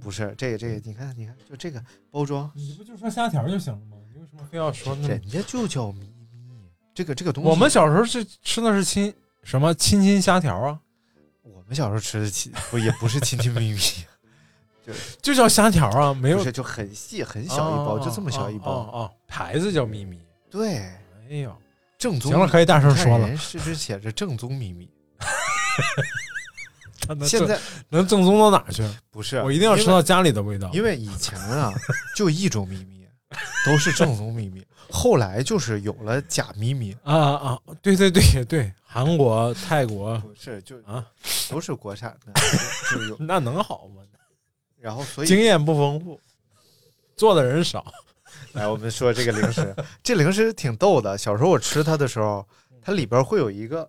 D: 不是这个这个，你看你看，就这个包装，
E: 你不就说虾条就行了吗？你为什么非要说那
D: 人？家就叫咪咪，这个这个东西，
E: 嗯我们小时候是吃的是亲什么亲亲虾条啊，
D: 我们小时候吃的亲不也不是亲亲咪咪，
E: 就叫虾条啊， *laughs* 没有
D: 不是就很细很小一包，
E: 哦
D: 就这么小一
E: 哦
D: 包。
E: 哦哦，牌子叫咪咪。
D: 对，
E: 哎呦，
D: 正宗。
E: 行了，可以大声
D: 你看 *laughs*
E: 说了。
D: 人是这写着正宗咪咪，
E: 它能
D: 现
E: 正
D: 在
E: 能正宗到哪儿去？
D: 不是，啊
E: 我一定要吃
D: 因为
E: 到家里的味道。
D: 因为以前啊， *laughs* 就一种咪咪，都是正宗咪咪。 *laughs* 后来就是有了假咪咪，
E: 啊啊，啊对对对 *laughs* 对，韩国、泰国
D: 不是就
E: 啊，
D: 都是国产的，就有。
E: 那能好吗？
D: 然后所
E: 经
D: 以，
E: 验不丰富，做的人少。 *laughs*
D: *laughs* 来我们说这个零食， *laughs* 这零食挺逗的。小时候我吃它的时候，它里边会有一个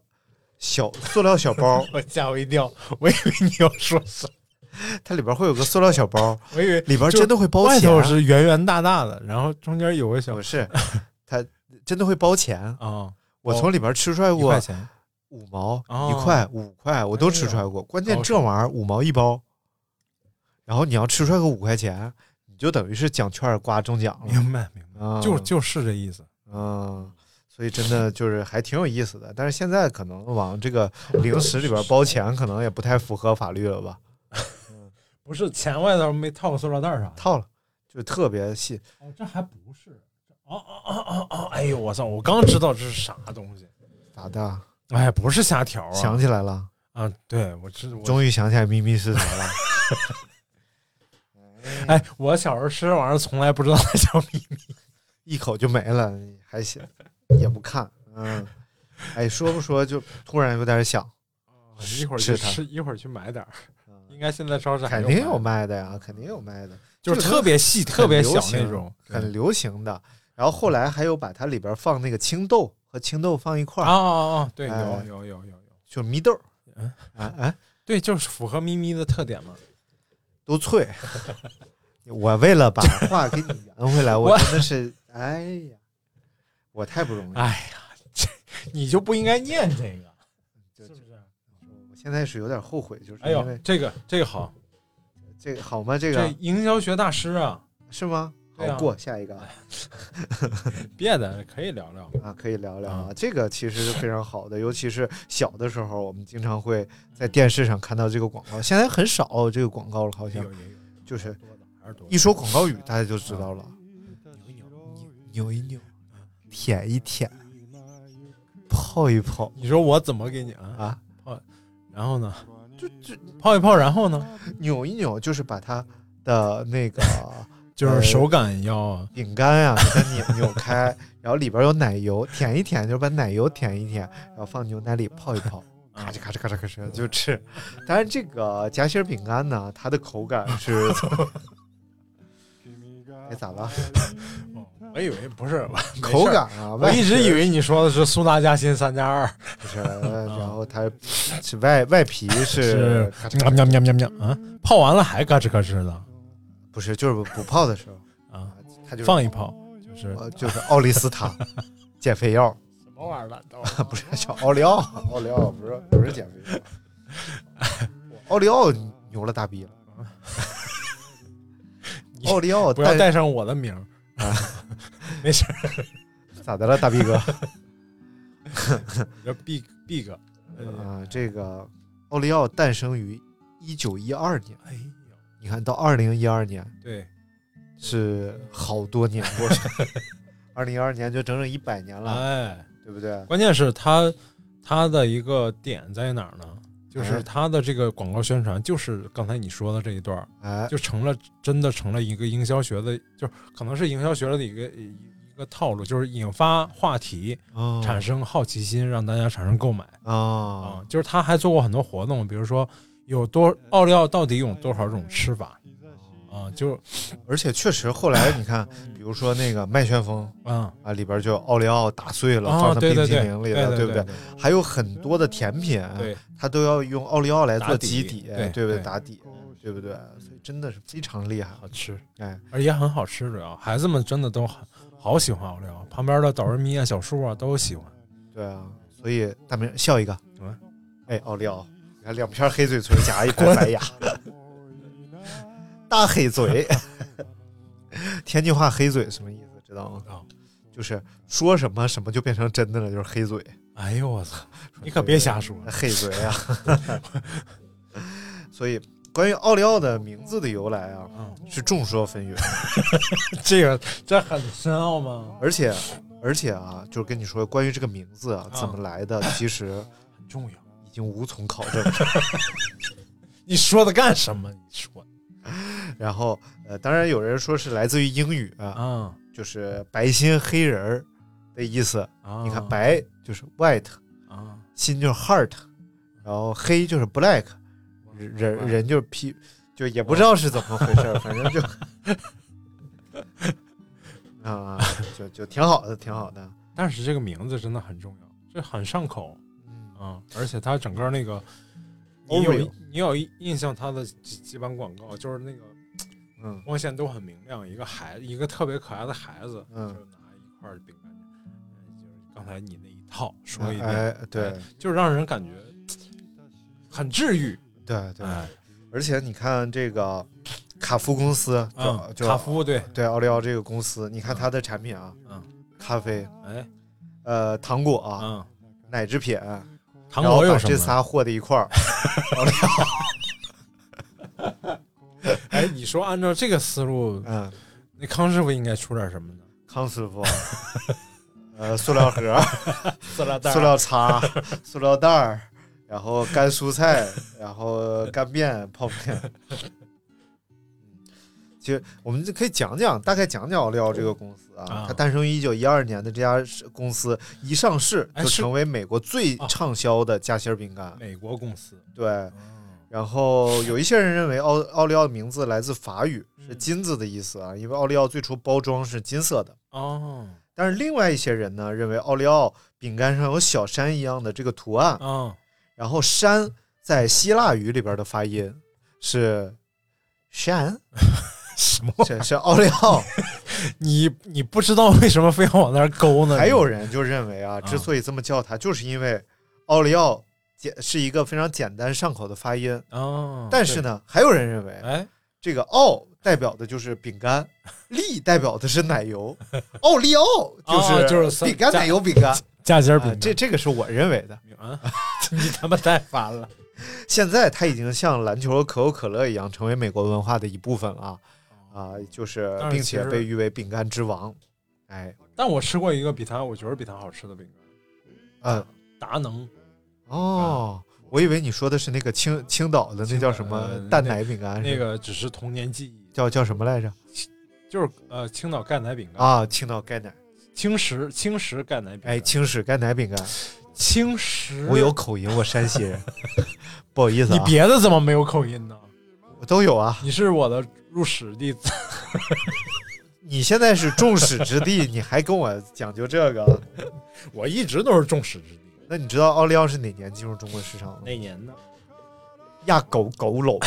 D: 小塑料小 *laughs* 包，
E: 我吓我一跳，我以为你要说啥，
D: 它里边会有个塑料小包，
E: 我以为
D: 里边
E: 就
D: 真的会包
E: 外
D: 钱
E: 头，是圆圆大大的，然后中间有个小
D: 不是，它真的会包钱。
E: 啊，
D: 我从里边吃出来
E: 一块
D: 过
E: 钱
D: 五毛、
E: 哦
D: 一块、五块，我都吃出来过。关键这玩意儿五毛一包，然后你要吃出来个五块钱，你就等于是奖券刮中奖了。
E: 明白明白，
D: 嗯、
E: 就就是这意思。
D: 嗯，所以真的就是还挺有意思的。但是现在可能往这个零食里边包钱，可能也不太符合法律了吧？
E: 不是钱外头没套个塑料袋儿啥的，
D: 套了，就特别细。
E: 哦，这还不是，哦哦哦哦哦，哎呦我操！我刚知道这是啥东西，
D: 咋的？
E: 哎，不是虾条啊
D: 想起来了，
E: 啊！对，我知我
D: 终于想起来咪咪是啥了。
E: 哎，我小时候吃这玩意儿从来不知道它叫米
D: 一口就没了，还行，也不看，嗯，哎，说不说就突然有点想，
E: *laughs* 一会儿
D: 是
E: 去
D: 它
E: 吃，一会儿去买点儿。应
D: 嗯
E: 该现在超市还
D: 肯定
E: 有
D: 有
E: 卖，
D: 卖的呀，肯定有卖的，
E: 就是
D: 这个
E: 特别细、特别
D: 很流
E: 小那
D: 行
E: 种。
D: 很流行的。然后后来还有把它里边放那个青豆和青豆放一块
E: 啊
D: 儿，
E: 啊啊！对，有
D: 哎
E: 有有有有，
D: 就是蜜豆，
E: 嗯
D: 啊哎，
E: 对，就是符合咪咪的特点嘛。
D: 都脆。我为了把话给你圆回来，我真的是，哎呀，我太不容易了。
E: 哎呀，这你就不应该念这个，
D: *laughs* 就是
E: 不是？
D: 我现在是有点后悔，就是
E: 哎
D: 因
E: 呦
D: 为，
E: 这个这个好，
D: 这个好吗？这
E: 这
D: 个
E: 营销学大师啊，
D: 是吗？好
E: 对啊
D: 过下一个啊。
E: 别的可以聊聊。
D: 啊，可以聊聊啊
E: 啊，
D: 这个其实是非常好的，尤其是小的时候，我们经常会在电视上看到这个广告，现在很少哦这个广告了，好像
E: 有有有，
D: 就是
E: 多的还是多的啊
D: 一说广告语，大家就知道了，扭一扭，舔一舔，泡一泡
E: 你说我怎么给你啊？
D: 啊，
E: 然后呢？就就泡一泡，然后呢？
D: 扭一扭就是把它的那个
E: *laughs* 就是
D: 呃
E: 手感要啊
D: 饼干呀、给它扭扭开，然后里边有奶油，舔一舔就是把奶油舔一舔，然后放牛奶里泡一泡。
E: 嗯
D: 咔哧咔哧咔哧咔哧就吃。当然，
E: *laughs*
D: 这个夹心儿饼干呢，它的口感是，哎，咋了？
E: 我以为不是，
D: 口感啊，
E: 我
D: 外
E: 一直
D: 皮
E: 以为你说的是苏大加薪三加二，
D: 不是，呃然后它是外外皮是
E: 是喵喵喵喵喵啊！泡完了还嘎吱嘎吱的
D: 不是就是不泡的时候，
E: 啊，
D: 它就是
E: 放一泡就是
D: 呃就是奥利司他 *laughs* 减肥药，
E: 什么玩意儿了都
D: 不
E: *laughs*
D: 是叫奥利奥， *laughs* 奥利奥不是不是减肥药，奥利奥牛了大逼
E: *laughs*
D: 了，奥利奥
E: 不要
D: 带
E: 带上我的名儿啊，没事儿，
D: 咋的了，大逼哥？ *laughs*
E: 叫 big big，
D: 啊，这个奥利奥诞生于一九一二年，
E: 哎呦，
D: 你看到二零一二年
E: 对，
D: 是好多年过去了，二零一二年就整整一百年了，
E: 哎，
D: 对不对？
E: 关键是它它的一个点在哪儿呢？就是
D: 哎
E: 它的这个广告宣传，就是刚才你说的这一段儿，
D: 哎，
E: 就成了真的成了一个营销学的，就是可能是营销学的一个一一个套路，就是引发话题，
D: 哦
E: 产生好奇心，让大家产生购买啊
D: 啊。
E: 就是他还做过很多活动，比如说有多奥利奥到底有多少种吃法啊？就
D: 而且确实后来你
E: *laughs*
D: 看，比如说那个麦旋风
E: 嗯
D: 啊，里边就有奥利奥打碎了
E: 啊，
D: 放在
E: 对
D: 冰
E: 对
D: 淇
E: 对，
D: 淋里
E: 对
D: 了，对不
E: 对
D: 对？？还有很多的甜品，
E: 对，
D: 它都要用奥利奥来做
E: 打底
D: 基底，
E: 对
D: 对不对？
E: 对
D: 打底，对不对？所以真的是非常厉害，
E: 好吃，
D: 哎，
E: 而也很好吃，主要孩子们真的都好好喜欢奥利奥，旁边的导人咪啊、小树啊都喜欢。
D: 对啊，所以大明笑一个
E: 什么，
D: 哎，奥利奥，你看两片黑嘴唇夹一块
E: *laughs*
D: 白牙，大黑嘴， *laughs* 天津话黑嘴什么意思？知道吗？
E: 啊
D: 就是说什么什么就变成真的了，就是黑嘴，
E: 哎呦我操，你可别瞎说，
D: 黑嘴啊。 *laughs* 所以，关于奥利奥的名字的由来啊，
E: 嗯，
D: 是众说纷纭，
E: 这个这很深奥吗？
D: 而且，而且啊，就是跟你说，关于这个名字啊，
E: 嗯
D: 怎么来的，其实
E: 很重要。
D: 已经无从考证。
E: 你说的干什么？你说
D: *laughs* 然后，呃，当然有人说是来自于英语啊，
E: 啊
D: 就是白心黑人儿的意思。
E: 啊！
D: 你看，白就是 white，
E: 啊，
D: 心就是 heart，然后黑就是 black，人
E: 啊
D: 人就是 p，就也不知道是怎么回事儿，反
E: *laughs*
D: 正就啊，就就挺好的，挺好的。
E: 但是这个名字真的很重要，这很上口
D: 嗯，
E: 啊，而且它整个那个，你有
D: Oreo
E: 你有印象它的几几版广告，就是那个
D: 嗯
E: 光线都很明亮，一个孩一个特别可爱的孩子，
D: 嗯
E: 就拿一块饼干，呃就是刚才你那一套说一遍，
D: 哎，对
E: 就让人感觉很治愈，
D: 对对，
E: 哎，
D: 而且你看这个卡夫公司，
E: 嗯，
D: 就
E: 卡
D: 就
E: 夫对，
D: 对奥利奥这个公司，你看它的产品啊，
E: 嗯，
D: 咖啡。
E: 哎，
D: 呃糖果、
E: 嗯，
D: 奶制品，
E: 糖果
D: 然
E: 有
D: 后
E: 什
D: 把
E: 么
D: 这？仨和在一块儿，
E: 哎，你说按照这个思路，
D: 嗯，
E: 那康师傅应该出点什么呢？
D: 康师
E: *laughs*
D: 傅，呃，塑料盒、
E: 塑料
D: 塑料叉、 *laughs* 塑料袋儿，然后干蔬菜，然后干面、泡面。嗯其实我们就可以讲讲，大概讲讲奥利奥这个公司啊
E: 啊，
D: 它诞生于一九一二年的这家是公司一上市
E: 哎
D: 就是成为美国最
E: 啊
D: 畅销的夹心儿饼干，
E: 美哦国公司，
D: 对，然后有一些人认为奥奥利奥的名字来自法语，是
E: 嗯
D: 金子的意思啊，因为奥利奥最初包装是金色的。
E: 哦，
D: 但是另外一些人呢，认为奥利奥饼干上有小山一样的这个图案， *laughs*
E: 嗯，
D: 然后山在希腊语里边的发音是山，
E: 什么？
D: 是是奥利奥。
E: 你你不知道为什么非要 *laughs* 往那儿勾呢？
D: 还有人就认为啊，之所以这么叫它，就是因为奥利奥简是一个非常简单上口的发音。
E: 哦，
D: 但是呢，还有人认为
E: 对，哎，
D: 这个奥代表的就是饼
E: *laughs*
D: 干，利代表的是奶油，奥利奥就是、
E: 哦就是三
D: 饼干奶油饼干。
E: 价尖儿饼
D: 啊
E: 干，
D: 这这个是我认为的。
E: 啊， *laughs* 你他妈太烦
D: *laughs*
E: 了。
D: 现在它已经像篮球和可口可乐一样，成为美国文化的一部分了啊，就是
E: 哦但是
D: 并
E: 其
D: 且
E: 实
D: 被誉为饼干之王。哎，
E: 但我吃过一个比它，我觉得比它好吃的饼干，啊
D: 呃，
E: 达能
D: 哦，我以为你说的是那个青青岛的那叫什
E: 啊青
D: 么
E: 岛呃
D: 蛋奶饼干，
E: 那个只是童年记忆，
D: 叫叫什么来着？
E: 就是呃青岛钙奶饼干，
D: 啊，青岛钙奶，
E: 青石青石钙奶饼干，
D: 哎，青史钙奶饼干。
E: 青石，
D: 我有口音，我山西
E: *laughs*
D: 人，不好意思
E: 你
D: 啊，
E: 别的怎么没有口音呢？
D: 我都有啊。
E: *laughs* 你是我的入室弟子，
D: 你现在是众矢之的，你还跟我讲究这个？ *laughs*
F: 我一直都是众矢之的。
D: 那你知道奥利奥是哪年进入中国市场的吗？
F: 那年呢？
D: 压狗狗搂，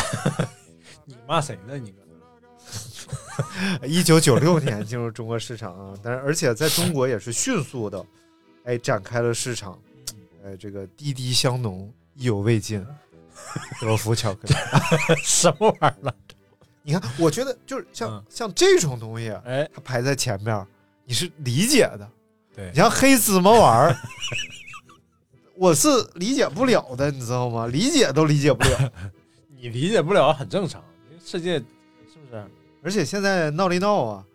F: 你骂谁呢？你搁那儿
D: 一九九六年进入中国市场啊，但是而且在中国也是迅速的，哎，展开了市场，哎，这个滴滴香浓，意犹未尽，德芙巧克力， *laughs*
F: 什么玩意儿了？
D: 你看，我觉得就是像、
F: 嗯
D: 像这种东西，啊
F: 哎，
D: 它排在前面，你是理解的。
E: 对
D: 你像黑芝麻丸儿， *laughs* 我是理解不了的，你知道吗？理解都理解不了。 *laughs*
F: 你理解不了很正常，这个世界是不是？
D: 而且现在闹里闹啊，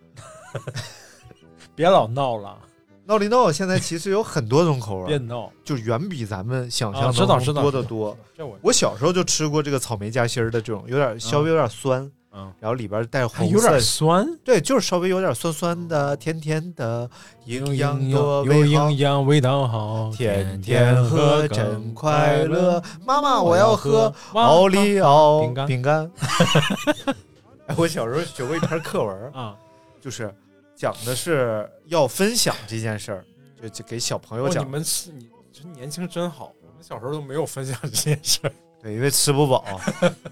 F: 别老闹了，
D: 闹里闹现在其实有很多种口味
F: 别
D: 儿，
F: 闹。
D: 就远比咱们想
F: 啊
D: 象
F: 知道
D: 当
F: 知
D: 中
F: 道
D: 多
F: 知
D: 得
F: 道
D: 多。
F: 这我
D: 我小时候就吃过这个草莓夹心儿的这种，有点稍微有点酸，
F: 嗯，
D: 然后里边带
F: 还
D: 红色，
F: 有点酸，
D: 对，就是稍微有点酸酸的、甜甜的，营养多
E: 有
D: 味好
E: 营。养，味道好，
D: 天天喝真快乐。，妈妈，我要喝
E: 哇
D: 奥利奥
E: 饼干
D: 饼干。 *laughs* 哎，我小时候学过一篇课文，
E: 啊！
D: *laughs* 就是讲的是要分享这件事儿，就就给小朋友
E: 哦，
D: 讲
E: 你。们是你这年轻真好，我们小时候都没有分享这件事儿。
D: 对，因为吃不饱。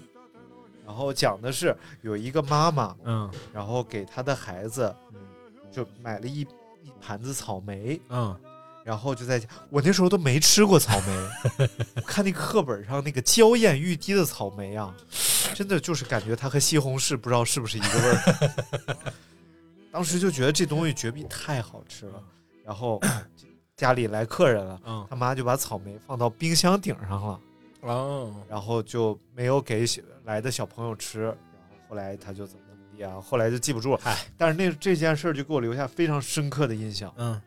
D: *laughs* 然后讲的是有一个妈妈，
E: 嗯
D: 然后给她的孩子，嗯就买了一一盘子草莓，
E: 嗯，
D: 然后就在家我那时候都没吃过草莓，我看那个课本上那个娇艳欲滴的草莓啊，真的就是感觉它和西红柿不知道是不是一个味儿。 *laughs* 当时就觉得这东西绝壁太好吃了，然后 *coughs* 家里来客人了，
E: 嗯
D: 他妈就把草莓放到冰箱顶上了。
E: 哦，
D: 然后就没有给小来的小朋友吃，然后后来他就怎么怎么地啊，后来就记不住了。但是那这件事儿就给我留下非常深刻的印象。
E: 嗯，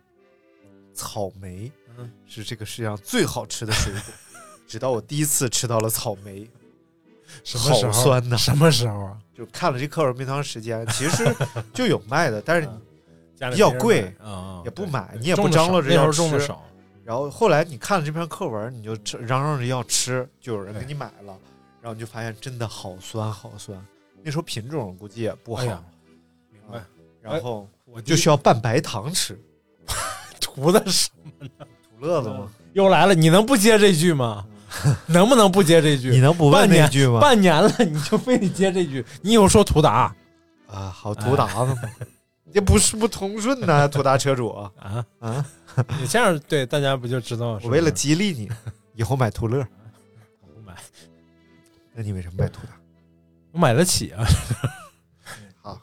D: 草莓
E: 嗯
D: 是这个世界上最好吃的水果， *laughs* 直到我第一次吃到了草莓，
E: 什么时
D: 好
E: 候？
D: 酸
E: *laughs*
D: 呐！
E: 什么时候啊？
D: 就看了这课文没多长时间，其实就有卖的，但是
E: 嗯家里
D: 比较
E: 没人
D: 贵
E: 买啊，
D: 也不
E: 对
D: 买你也
E: 种
D: 不
E: 得少
D: 张罗着
E: 那时
D: 要
E: 候种的
D: 吃
E: 少，
D: 然后后来你看了这篇课文，你就吃嚷嚷着要吃，就有人给你买了，然后你就发现真的好酸好酸。那时候品种估计也不好，
E: 哎呀明白
D: 啊然后
E: 我
D: 就需要拌白糖吃， *laughs*
E: 图的少。
D: 土乐子吗？
E: 又来了，你能不接这句吗？ *laughs* 能不能不接这句？
D: 你能不问那句吗？
E: 半年了，你就非得接这句，你以后说图达
D: 啊，好土达子嘛，哎 *laughs* 这不是不通顺呐，土达车主。
E: 啊
D: 啊！
E: 你这样对大家不就知道？
D: 我为了激励你，以后买土乐。
E: 我不买，
D: 那你为什么买土达？
E: 我买得起啊。
D: *laughs* 好，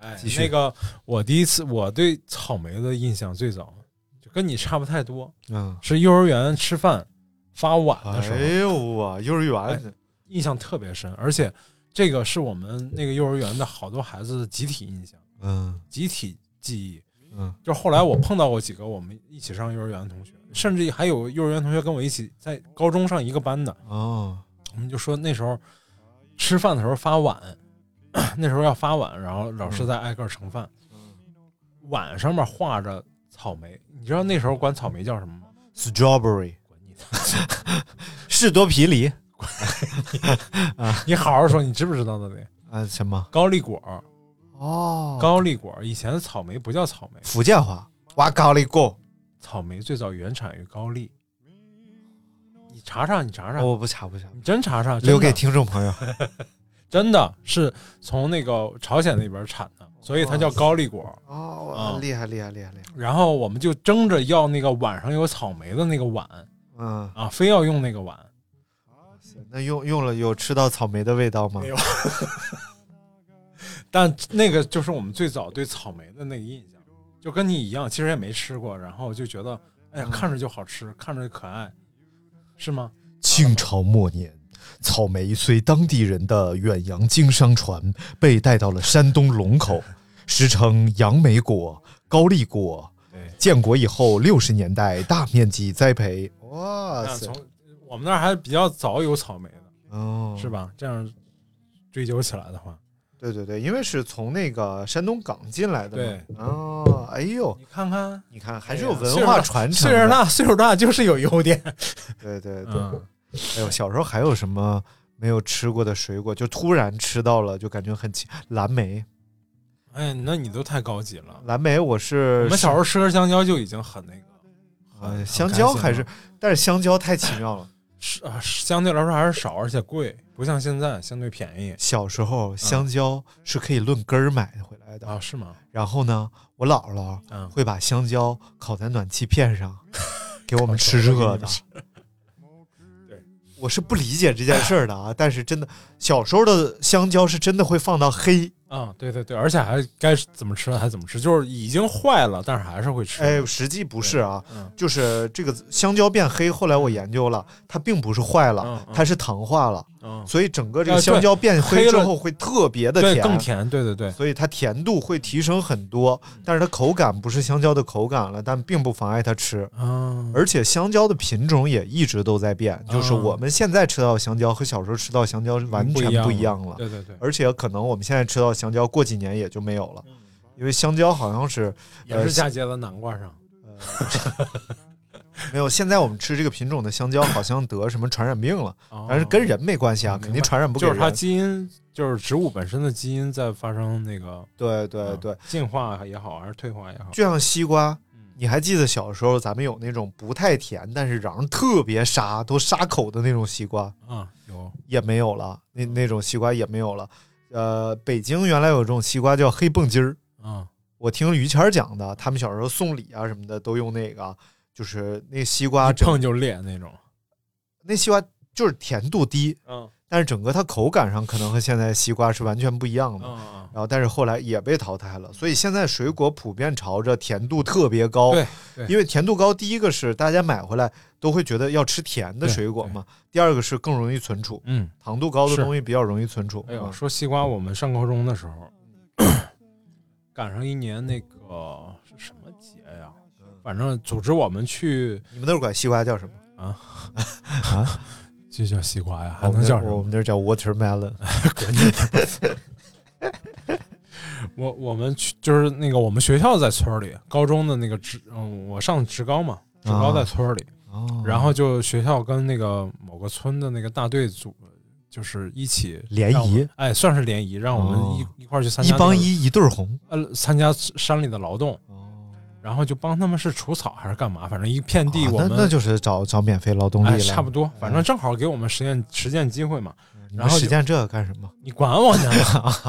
E: 哎
D: 继，续
E: 那个我第一次我对草莓的印象最早，就跟你差不太多，
D: 嗯，
E: 是幼儿园吃饭发碗的时候，
D: 哎呦我哎幼儿园呢
E: 印象特别深，而且这个是我们那个幼儿园的好多孩子的集体印象、
D: 嗯
E: 集体记忆。
D: 嗯，
E: 就后来我碰到过几个我们一起上幼儿园的同学，甚至还有幼儿园同学跟我一起在高中上一个班的，
D: 哦，
E: 我们就说那时候吃饭的时候发碗， *clears throat* 那时候要发碗，然后老师在挨个盛饭，碗上面画着草莓，你知道那时候管草莓叫什么吗？
D: strawberry
E: 管你，
D: 士多啤梨
E: *laughs* 你好好说，你知不知道的得？
D: 啊什么
E: 高丽果，
D: 哦
E: 高丽果，以前的草莓不叫草莓，
D: 福建话哇高丽果，
E: 草莓最早原产于高丽。你查查，你查查，
D: 我不查不查，
E: 你真查查，真的
D: 哦留给听众朋友。
E: 真的是从那个朝鲜那边产的，所以它叫高丽果。
D: 哦
E: 啊
D: 厉害厉害厉害厉害，
E: 然后我们就争着要那个碗上有草莓的那个碗
D: 嗯，
E: 啊，非要用那个碗。
D: 那用用了有吃到草莓的味道吗
E: 没？有但那个就是我们最早对草莓的那个印象，就跟你一样，其实也没吃过，然后就觉得，哎呀，
D: 嗯
E: 看着就好吃，看着就可爱，是吗？
F: 清朝末年，草莓随当地人的远洋经商船被带到了山东龙口，时称杨梅果、高丽果。建国以后六十年代大面积栽培，
D: 哇
E: 那
D: 塞
E: 从，我们那儿还比较早有草莓的，
D: 哦，
E: 是？吧？这样追究起来的话，
D: 对对对，因为是从那个山东港进来的嘛。对，哦，哎呦，
E: 你看看，
D: 你看还是有
E: 岁
D: 文
E: 数
D: 化
E: 大
D: 传承
E: 岁数
D: 的。
E: 大，岁数大就是有优点。
D: 对对对，
E: 嗯，
D: 哎呦，小时候还有什么没有吃过的水果，就突然吃到了，就感觉很奇蓝莓。
E: 哎，那你都太高级了。
D: 蓝莓我呃是
E: 我们小时候吃根香蕉就已经很那个，
D: 呃
E: 很
D: 香蕉还
E: 很
D: 是
E: 开心了，
D: 但是香蕉太奇
E: *laughs*
D: 妙了。
E: 是啊，是相对来说还是少，而且贵，不像现在相对便宜
D: 小时候香蕉是可以论根儿买回来的，
E: 嗯啊？是吗？
D: 然后呢，我姥姥
E: 嗯，
D: 会把香蕉烤在暖气片
E: *laughs*
D: 上，给我们吃热的。
E: 对，
D: 我是不理解这件事儿的啊，但是真的，小时候的香蕉是真的会放到黑，
E: 啊，对对对，而且还该怎么吃还怎么吃，就是已经坏了，但是还是会吃。
D: 哎，实际不是啊，
E: 嗯
D: 就是这个香蕉变黑，后来我研究了，它并不是坏了
E: 嗯，嗯
D: 它是糖化了，
E: 嗯，
D: 所以整个这个
E: 啊对
D: 香蕉变黑
E: 黑
D: 之
E: 了
D: 后会特别的
E: 对，更甜，嗯对对对，
D: 所以它甜度会提升很多，但是它口感不是香蕉的口感了，但并不妨碍它吃。
E: 啊，
D: 而且香蕉的品种也一直都在变，就是
E: 啊
D: 我们现在吃到的香蕉和小时候吃到的香蕉完全不
E: 不
D: 一样了，呃
E: 嗯对对对，
D: 而且可能我们现在吃到的香蕉过几年也就没有了，
E: 嗯
D: 因为香蕉好像是
E: 也是嫁接在南瓜上。
D: *laughs* 没有。现在我们吃这个品种的香蕉好像得什么传染病了，
E: 哦
D: 但是跟人没关系啊，
E: 明白
D: 肯定传染不给
E: 嗯就
D: 人。
E: 是它基因，就是植物本身的基因在发生那个
D: 对对
E: 嗯
D: 呃对，
E: 进化也好，还是退化也好，
D: 就像西瓜
E: 嗯。
D: 你还记得小时候咱们有那种不太甜，但是瓤特别沙，都沙口的那种西瓜
E: 啊有
D: 也没有了，那
E: 嗯
D: 那种西瓜也没有了。呃，北京原来有这种西瓜叫黑蹦筋儿，
E: 啊
D: 我听于谦儿讲的，他们小时候送礼啊什么的都用那个，就是那西瓜
E: 一
D: 整
E: 碰就裂那种。
D: 那西瓜就是甜度低，
E: 嗯
D: 但是整个它口感上可能和现在西瓜是完全不一样
E: 嗯
D: 的。
E: 嗯，
D: 然后，但是后来也被淘汰了，所以现在水果普遍朝着甜度特别高，
E: 对对
D: 因为甜度高，第一个是大家买回来都会觉得要吃甜的
E: 对
D: 水果嘛，第二个是更容易存储，
E: 嗯，
D: 糖度高的
E: 是
D: 东西比较容易存储。
E: 哎呦，
D: 啊
E: 说西瓜，我们上高中的时候赶上一年那个是什么节呀？反正组织我们去
D: 你们那儿管西瓜叫什么？
E: 这叫西瓜呀，
D: 我
E: 还
D: 们哦那
E: 能叫
D: 儿
E: 什
D: 我
E: 么？
D: 们那儿叫 watermelon。
E: 我我们去就是那个我们学校在村儿里，高中的那个职，嗯，我上职高嘛，职
D: 啊
E: 高在村儿里，
D: 哦
E: 然后就学校跟那个某个村的那个大队组，就是一起
D: 联谊
E: 让我们，哎，算是联谊，让我们一、
D: 哦
E: 一块儿去参
D: 一
E: 加、
D: 帮，一，一对儿红。
E: 呃，参加山里的劳动，
D: 哦，
E: 然后就帮他们是除草还是干嘛，反正一片地
D: 啊
E: 我们、
D: 那那就是找找免费劳动力
E: 哎
D: 了，
E: 差不多，反正
D: 哎
E: 正好给我们实践实践机会嘛。
D: 你们
E: 然后就
D: 实践这个干什么 *laughs*
E: 你管我呢？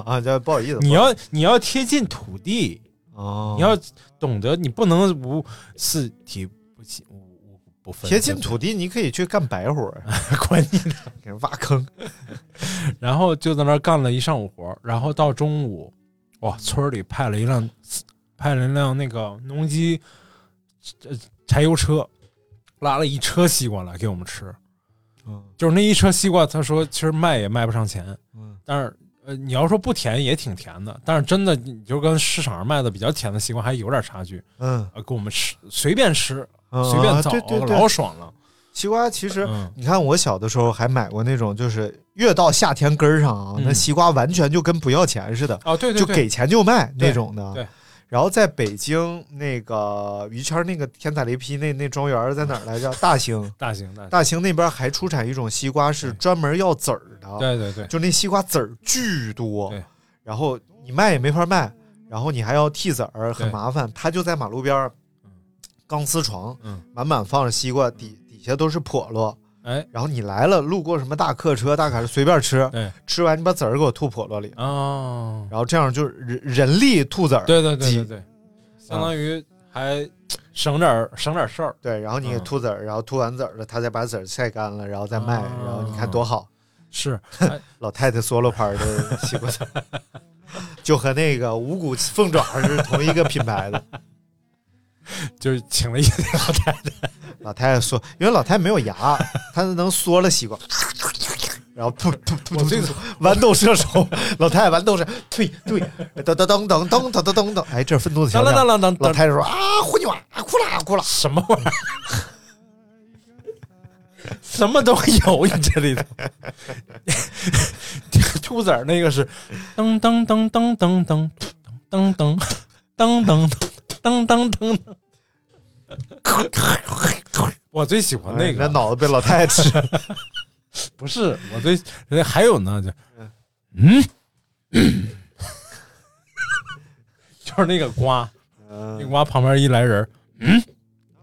D: 啊？这不好意思，
E: 你要你要贴近土地，
D: 哦，
E: 你要懂得，你不能无四体不勤，无无不分。
D: 贴近
E: *laughs*
D: 土地，你可以去干白活
E: 嗯
D: 儿，
E: 管你呢。
D: 给人挖坑。
E: 然后就在那儿干了一上午活儿，然后到中午，哇，村儿里派了一辆派了一辆那个农机呃柴油车，拉了一车西瓜来给我们吃。
D: 嗯
E: 就是那一车西瓜，他说其实卖也卖不上钱，
D: 嗯，
E: 但是呃，你要说不甜也挺甜的，但是真的你就跟市场上卖的比较甜的西瓜还有点差距。
D: 嗯，
E: 呃，给我们吃随便吃
D: 啊
E: 随便找，
D: 对对对，
E: 老爽了。
D: 西瓜其实。
E: 嗯
D: 你看，我小的时候还买过那种，就是越到夏天根儿上啊，
E: 嗯
D: 那西瓜完全就跟不要钱似的，
E: 啊，对对
D: 就
E: 对，
D: 给钱就卖
E: 对
D: 那种的。
E: 对
D: 然后在北京那个于谦儿那个天打雷劈那那庄园儿在哪儿来着？大
E: *laughs*
D: 兴，
E: 大型大型，
D: 大兴那边还出产一种西瓜是
E: 对
D: 专门要籽儿的，
E: 对对对，
D: 就那西瓜籽儿巨多
E: 对，
D: 然后你卖也没法卖，然后你还要剔籽儿，很
E: 对
D: 麻烦。他就在马路边儿
E: 嗯，
D: 钢丝床
E: 嗯，
D: 满满放着西瓜，底底下都是笸箩。
E: 哎
D: 然后你来了，路过什么大客车、大卡车，随便吃，
E: 对
D: 吃完你把籽儿给我吐笸箩里，
E: 哦。
D: 然后这样就是人人力吐籽儿，
E: 对对对
D: 挤
E: 对对，相当于还省点儿省点儿事儿。
D: 对然后你给
E: 嗯
D: 吐籽儿，然后吐完籽儿了，他再把籽儿晒干了，然后再卖，
E: 啊
D: 然后你看多好，
E: 是，
D: 老太太嗦罗牌儿的西瓜籽儿，就和那个五谷凤爪儿是同一个品牌的。
E: 就是请了一个老太太，
D: 老太太嗦，因为老太太没有牙，她能嗦了西瓜，然后噗噗噗
E: 我最
D: 噗噗，豌豆射手，老太太豌豆射，对对，噔噔噔噔噔噔噔噔噔，哎，这是愤怒的
E: 当
D: 小
E: 当当
D: 亮。
E: 当当
D: 老
E: 当，
D: 太太说啊，虎你娃，哭啦哭啦，
E: 什么玩意儿？什么都有，你这里头，兔子儿那个是噔噔噔噔噔噔噔噔噔噔噔噔噔噔噔。 *laughs* 我最喜欢那
D: 哎那
E: 个，
D: 脑子被老太太吃。
E: 不是我最，人家还有呢，就嗯，就是那个瓜，那瓜旁边一来人儿，嗯，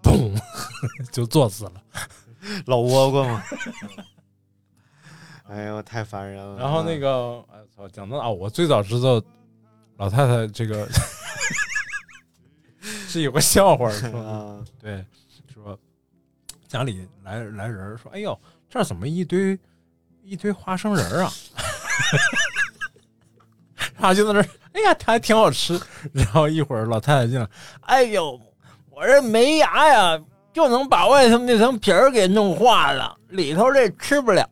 E: 砰， *laughs* 就坐死了。
D: 老倭瓜嘛。哎呦，太烦人了。
E: 然后那个，哎操，讲到啊，我最早知道老太太这个 *laughs* 是有个笑话说，
D: 啊，
E: 对，说家里来来人儿说，哎呦，这儿怎么一堆一堆花生仁儿啊？ *laughs* 然后就在那儿，哎呀，它还挺好吃。然后一会儿老太太进来，哎呦，我这没牙呀，就能把外头那层皮儿给弄化了，里头这吃不 *laughs* 了。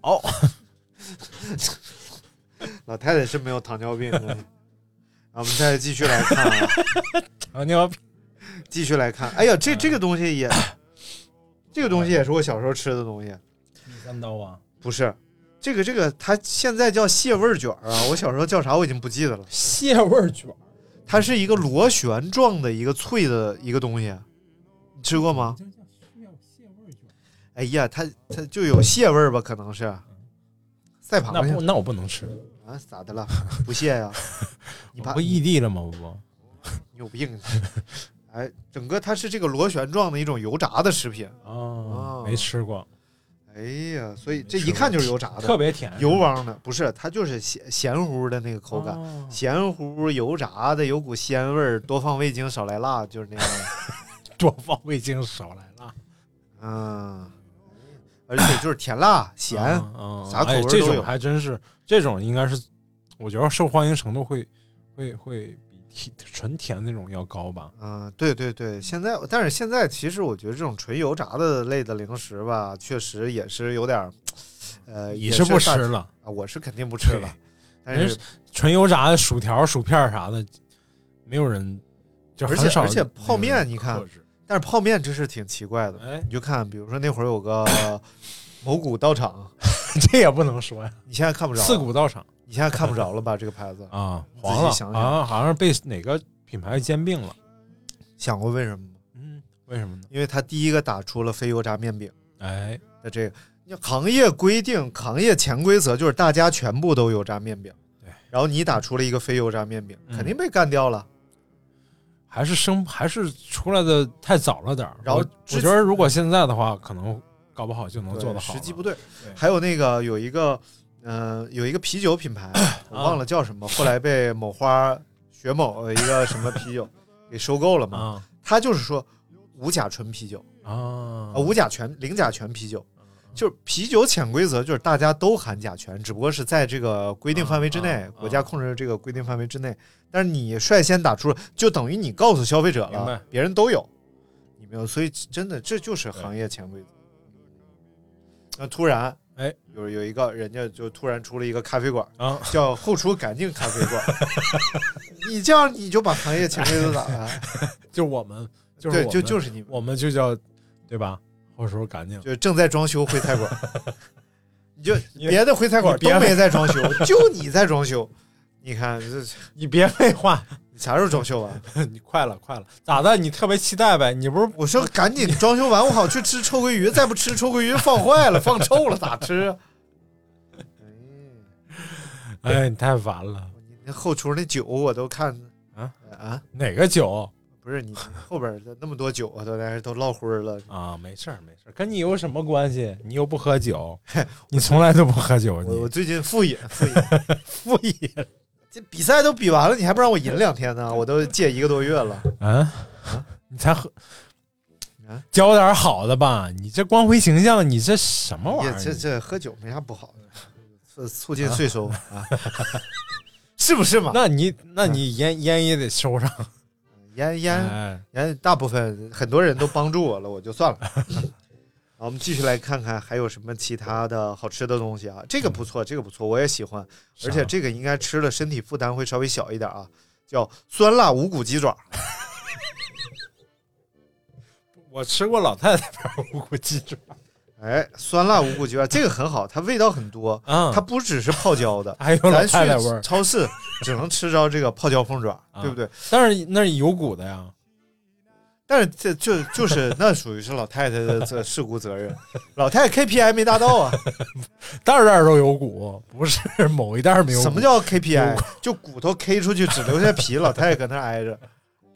D: 老太太是没有糖尿病的。 *laughs* 啊，我们再继续来看啊，
E: 糖尿病
D: 继续来看。哎呀，
E: 嗯
D: 这这个东
E: *clears throat*
D: 西也，这个东西也是我小时候吃的东西。
E: 三刀啊，
D: 不是，这个这个，它现在叫蟹味儿卷儿啊，我小时候叫啥我已经不记得了。
E: 蟹味儿卷儿
D: 它是一个螺旋状的一个脆的一个东西，啊你吃过吗？哎呀，它它就有蟹味儿吧？可能是赛
E: 那
D: 螃
E: 不
D: 蟹
E: 那我不能吃，
D: 啊？咋的了？不蟹呀、你
E: *laughs* 我
D: 怕
E: 不异地了吗？我不，
D: 你有病？哎，整个它是这个螺旋状的一种油炸的食品。
E: 哦没吃过，
D: 哎呀，所以这一看就是油炸
E: 特
D: 的，
E: 别甜，
D: 油汪的，不是它就是咸咸乎的那个口感。
E: 哦
D: 咸乎油炸的，有股鲜味儿，多放味精，少来辣，就是那样
E: *laughs*
D: 的。
E: 多放味精少来辣，
D: 嗯，而且就是甜辣咸，
E: 嗯嗯
D: 啥口味
E: 哎
D: 儿
E: 这
D: 都
E: 种
D: 有
E: 还真是，这种应该是，我觉得受欢迎程度会会会比甜纯甜那种要高吧。
D: 嗯，对对对，现在但是现在其实我觉得这种纯油炸的类的零食吧，确实也是有点儿，呃，
E: 你
D: 也
E: 是不吃
D: 大
E: 了，
D: 啊？我是肯定不吃了，但
E: 人
D: 是
E: 纯油炸的薯条、薯片儿啥的，没有人就
D: 而
E: 很
D: 且
E: 少
D: 而且
E: 有人
D: 泡面你看呃
E: 克制
D: 但是泡面真是挺奇怪的。
E: 哎，
D: 你就看，比如说那会儿有个 *coughs* 某谷道场，
E: 这也不能说呀，
D: 你现在看不着，
E: 刺骨道场。
D: 你现在看不着了吧？这个牌子，
E: 啊，
D: 你自己
E: 黄了，
D: 想想
E: 好像好像被哪个品牌兼并了。
D: 想过为什么吗？
E: 嗯，为什么呢？
D: 因为他第一个打出了非油炸面饼。
E: 哎，
D: 那这个，你行业规定、行业潜规则就是大家全部都油炸面饼，
E: 对，
D: 然后你打出了一个非油炸面饼，
E: 嗯
D: 肯定被干掉了。
E: 还是生还是出来的太早了点儿。
D: 然后
E: 我
D: 之
E: 我觉得如果现在的话，可能搞不好就能
D: 对
E: 做得好了。
D: 时机不对
E: 对。
D: 还有那个有一个，呃，有一个啤酒
E: *clears throat*
D: 品牌，我忘了叫什么，后来被某花雪某呃一个什么啤酒给收购了嘛。
E: 啊
D: 他就是说无甲醇啤酒，
E: 啊嗯
D: 啊，无甲醛、零甲醛啤酒，就是啤酒潜规则，就是大家都含甲醛，只不过是在这个规定范围之内
E: 啊，啊
D: 国家控制的这个规定范围之内。但是你率先打出了，就等于你告诉消费者
E: 明白
D: 了，别人都有，你没有，所以真的这就是行业潜规则。那突然，
E: 哎，
D: 有有一个人家就突然出了一个咖啡馆，
E: 啊，
D: 叫后厨赶尽咖啡馆， *laughs* 你这样你就把行业潜规则打了，
E: 就我们就是
D: 对，
E: 我
D: 就
E: 们
D: 就是你们。
E: 我们就叫对吧？后手干净，
D: 就正在装修徽菜馆， *laughs* 你就
E: 你
D: 别的徽菜馆
E: 你
D: 都 *laughs*
E: 别
D: 没在装修，就你在装修。你看这
E: 你别废话， *laughs*
D: 你啥时候装修完？
E: 你快了快了，咋的？你特别期待呗？你
D: *laughs*
E: 不是
D: 我说赶紧装修完，我好去吃臭鳜鱼，再不吃臭鳜鱼放坏 *laughs* 了，放臭了咋吃？啊
E: 哎，你太烦了。
D: 你那后厨那酒我都看
E: 啊
D: 啊，
E: 哪个酒
D: 不是你后边的那么多酒啊，都在都落灰儿 *laughs* 了。
E: 啊？没事儿没事儿，跟你有什么关系？你又不
D: *laughs*
E: 喝酒，你从来都不喝酒，
D: 我
E: 你
D: 我最近复 *laughs* 饮复饮，
E: 复议
D: 这比赛都比完了，你还不让我饮两天呢？我都戒一个多月了。
E: 啊？ *laughs* 你才喝
D: 啊，
E: 教点好的吧？你这光辉形象，你这什么玩意
D: 也
E: 儿？
D: 这这喝酒没啥不好的， *laughs* 促促进税收
E: *laughs*
D: 啊， *laughs* 是不是嘛？ *laughs*
E: 那你那你烟烟也得收上，
D: 烟烟
E: 哎，
D: 烟，大部分很多人都帮助我了，我就算
E: *laughs*
D: 了。好，我们继续来看看还有什么其他的好吃的东西啊？这个不错，这个不错，我也喜欢，
E: 啊
D: 而且这个应该吃了身体负担会稍微小一点啊。叫酸辣无骨鸡爪，
E: 我吃过老太太牌无骨鸡爪，
D: 哎，酸辣无骨鸡爪这个很好，它味道很多，
E: 嗯
D: 它不只是泡椒
E: *laughs*
D: 的，
E: 还有老
D: 咱
E: 太太味
D: 去
E: 儿，啊
D: 超市只能吃着这个泡椒凤爪，对不对？
E: 但是那是有骨的呀。
D: 但是这就就是那属于是老太太的这事故责任， *laughs* 老太太 KPI 没达到啊？
E: 袋儿袋儿都有骨，不是某一袋儿没有骨。
D: 什么叫 KPI？就骨头 K 出去只留下皮，老太太搁那挨着，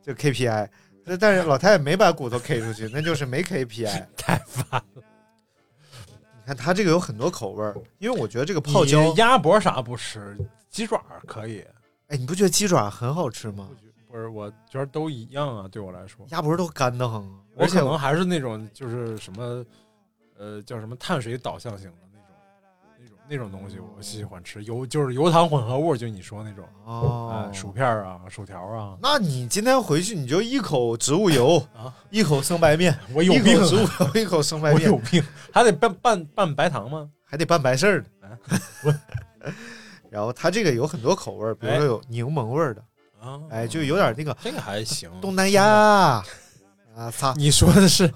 D: 这 KPI。那但是老太太没把骨头 K 出去，那就是没 KPI。
E: 太烦了。
D: 你看它这个有很多口味儿，因为我觉得这个泡椒
E: 你，鸭脖啥不吃，鸡爪可以。
D: 哎，你不觉得鸡爪很好吃吗？
E: 不是，我觉得都一样啊，对我来说。
D: 鸭脖都干得很，
E: 我
D: 而且
E: 可能还是那种就是什么，呃，叫什么碳水导向型的那种，那种那种东西我喜欢吃，油就是油糖混合物，就你说那种，
D: 哦
E: 哎，，薯片啊，薯条啊，
D: 那你今天回去你就一口植物油
E: 啊，
D: 一口生白面，
E: 我有
D: 一
E: 病
D: 口
E: 啊，
D: 植物油，一口生白
E: 我
D: 面
E: 有，病，还得拌拌拌白糖吗？
D: 还得办白事儿呢
E: 啊。嗯
D: *laughs* 然后它这个有很多口味儿，比如说有柠檬味儿的，
E: 啊，
D: 哎，就有点那个
E: 这个还行。
D: 东啊南亚啊，萨
E: 你说的是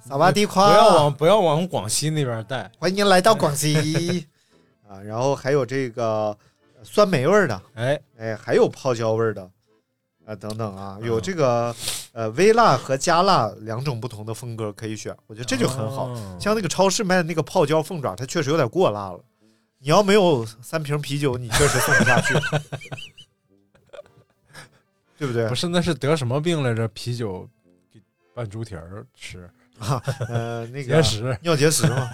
D: 萨瓦迪
E: 嗯不
D: 夸，
E: 要往不要往广西那边带，
D: 欢迎来到广
E: 嗯
D: 西 *laughs* 啊。然后还有这个呃酸梅味儿的，
E: 哎，
D: 哎，还有泡椒味儿的啊，等等啊，
E: 嗯
D: 有这个呃微辣和加辣两种不同的风格可以选，我觉得这就很好。
E: 哦
D: 像那个超市卖的那个泡椒凤爪，它确实有点过辣了。你要没有三瓶啤酒，你确实送不下去， *laughs* 对不对
E: 不？是那是得什么病来着？啤酒给拌猪蹄儿吃，
D: 呃，那
E: 结
D: 个
E: 石
D: 尿结石嘛，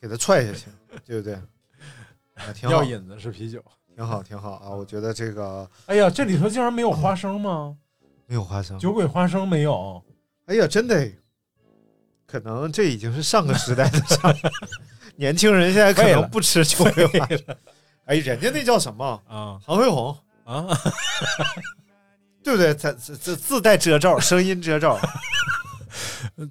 D: 给它踹下去，对不对？啊，挺好
E: 药，引子是啤酒。
D: 挺好，挺好啊！我觉得这个
E: 哎呀，这里头竟然没有花生吗？
D: 没有花生，
E: 酒鬼花生没有，
D: 哎呀，真的，可能这已经是上个时代的上，
E: *laughs*
D: 年轻人现在可
E: 废
D: 能
E: 了
D: 不吃酒鬼花生。哎，人家那叫什么？
E: 啊
D: 韩飞鸿，
E: 啊，
D: 对不对？他自自自带遮罩，声音遮罩，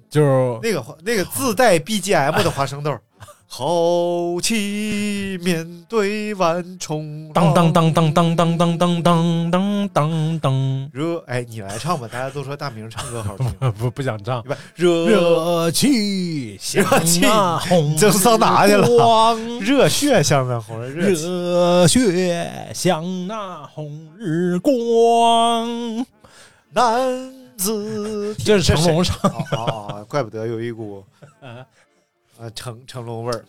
E: 就是
D: 那个花那个自带 BGM 的花生豆，豪气面对万重
E: 当当，当当当当当当当当当当，
D: 热哎，你来唱吧，大家都说大明唱歌好听，
E: 呃不不想唱。
D: 对吧？热
E: 热气，
D: 热气
E: 香啊红
D: 这是上哪去了
E: 光
D: 热血向咱红，热气
E: 热血像那红日光。
D: 男子
E: 这是成龙
D: 谁
E: 唱
D: 哦哦，哦怪不得有一股呃成成龙味儿。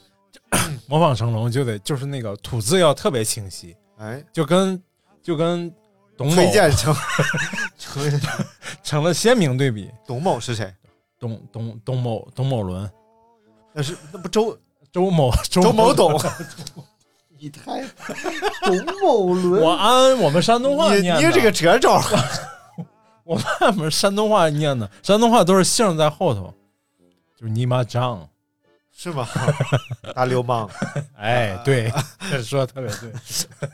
E: 模仿成龙就得就是那个吐字要特别清晰，
D: 哎，
E: 就跟就跟董某
D: 崔健成崔
E: 成了鲜明对比。
D: 董某是谁？
E: 董董董某董某伦，
D: 那是那不周
E: 周某周
D: 周某董？
G: 你 *laughs* 太董某伦，
E: 我按我们山东话
D: 你
E: 念的，
D: 你这个折招，
E: 我按我们山东话念的，山东话都是姓在后头，就是你妈张，
D: 是吗？ *laughs* 大流氓，
E: 哎，对，说的特别对。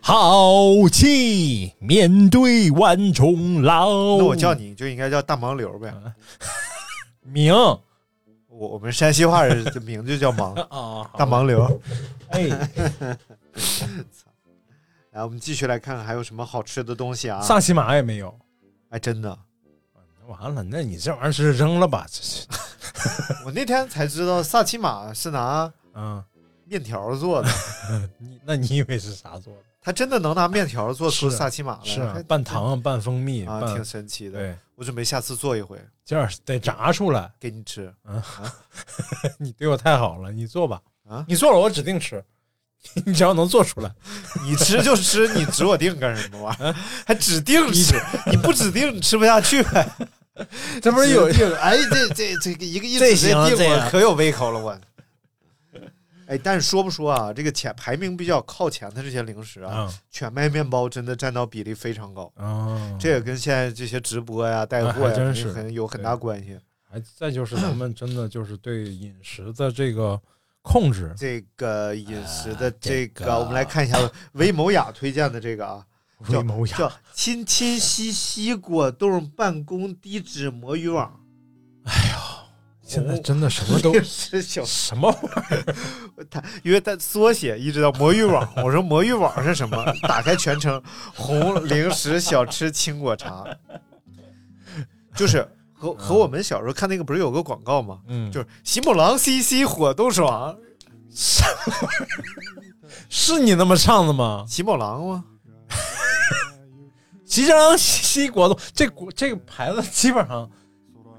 E: 豪气面对万重浪，
D: 那我叫你就应该叫大盲流呗。
E: 明
D: 我我们山西话人的名字就叫
E: *laughs*
D: 盲，
E: 啊，
D: 大盲流。
E: 哎，
D: 来，我们继续来看看还有什么好吃的东西啊？
E: 萨琪玛也没有，
D: 哎，真的，
E: 完了，那你这玩意儿是扔了吧？ *laughs* 这是，
D: 我那天才知道萨琪玛是拿
E: 嗯，
D: 面条做
E: *laughs*
D: 的。
E: 你那你以为是啥做的？
D: 他真的能拿面条做出
E: 是啊
D: 萨琪玛来，
E: 是
D: 还
E: 啊，拌糖、拌蜂蜜、
D: 啊，
E: 拌
D: 挺神奇的。
E: 对，
D: 我准备下次做一回
E: 这样得炸出来。
D: 给你吃。
E: 你对我太好了，你做吧。
D: 啊
E: 你做了我指定吃， *laughs* 你只要能
D: *laughs*
E: 做出来。
D: 你吃就吃，你指我定干什
E: *laughs*
D: 么玩意儿？还指定吃？你不指定你吃不下去呗？
E: 这不是有
D: 指定？哎，这这这个一个一
E: 这
D: 指
E: 行
D: 定
E: 这
D: 我
E: 样
D: 可有胃口了我。哎，但是说不说啊，这个前排名比较靠前的这些零食啊，
E: 啊
D: 全麦面包真的占到比例非常高。
E: 啊，
D: 这也跟现在这些直播呀、带
E: 啊
D: 货
E: 还
D: 呀
E: 真是
D: 很有很大关系。
E: 还再就是咱们真的就是对饮食的这个控制，
D: 这个饮食的这
E: 啊这
D: 个，
E: 个
D: 我们来看一
E: *laughs*
D: 下魏某雅推荐的这个啊，
E: 为某
D: 叫
E: 雅，
D: 亲亲西西果冻办公低脂魔芋网，
E: 哎现在真的什么
D: *laughs*
E: 都
D: 这是小，
E: 什么玩意儿
D: 它因为它缩写一直到魔芋网，我说魔芋网是什么？打开全称，红零食小吃青果茶，就是和和我们小时候看那个不是有个广告吗？
E: 嗯，
D: 就是喜母郎西西火冻爽，
E: 是你那么唱的吗？
D: 喜母郎吗？
E: 即将西西果冻，这果这个牌子基本上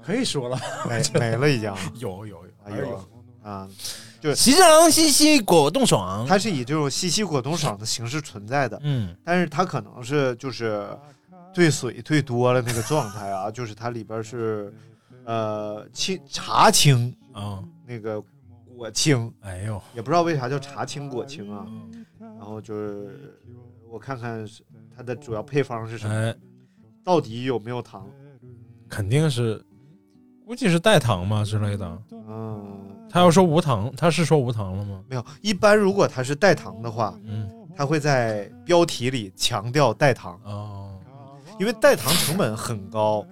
E: 可
D: *laughs*
E: 以说了，
D: 没没了已经啊，
E: 有有有
D: 啊有啊啊。
E: 即将西西果冻爽，
D: 它是以这种西西果冻爽的形式存在的，
E: 嗯
D: 但是它可能是就是兑水兑多了那个状态啊，就是它里边是呃清茶青
E: 啊，
D: 那个果青，
E: 哎呦，
D: 也不知道为啥叫茶青果青啊。然后就是我看看是它的主要配方是什么，
E: 哎，
D: 到底有没有糖？
E: 肯定是，估计是代糖嘛之类的。
D: 嗯，
E: *laughs* 他要说无糖，他是说无糖了吗？
D: 没有。一般如果它是代糖的话，
E: 嗯，
D: 它会在标题里强调代糖，
E: 哦，
D: 因为代糖成本很高。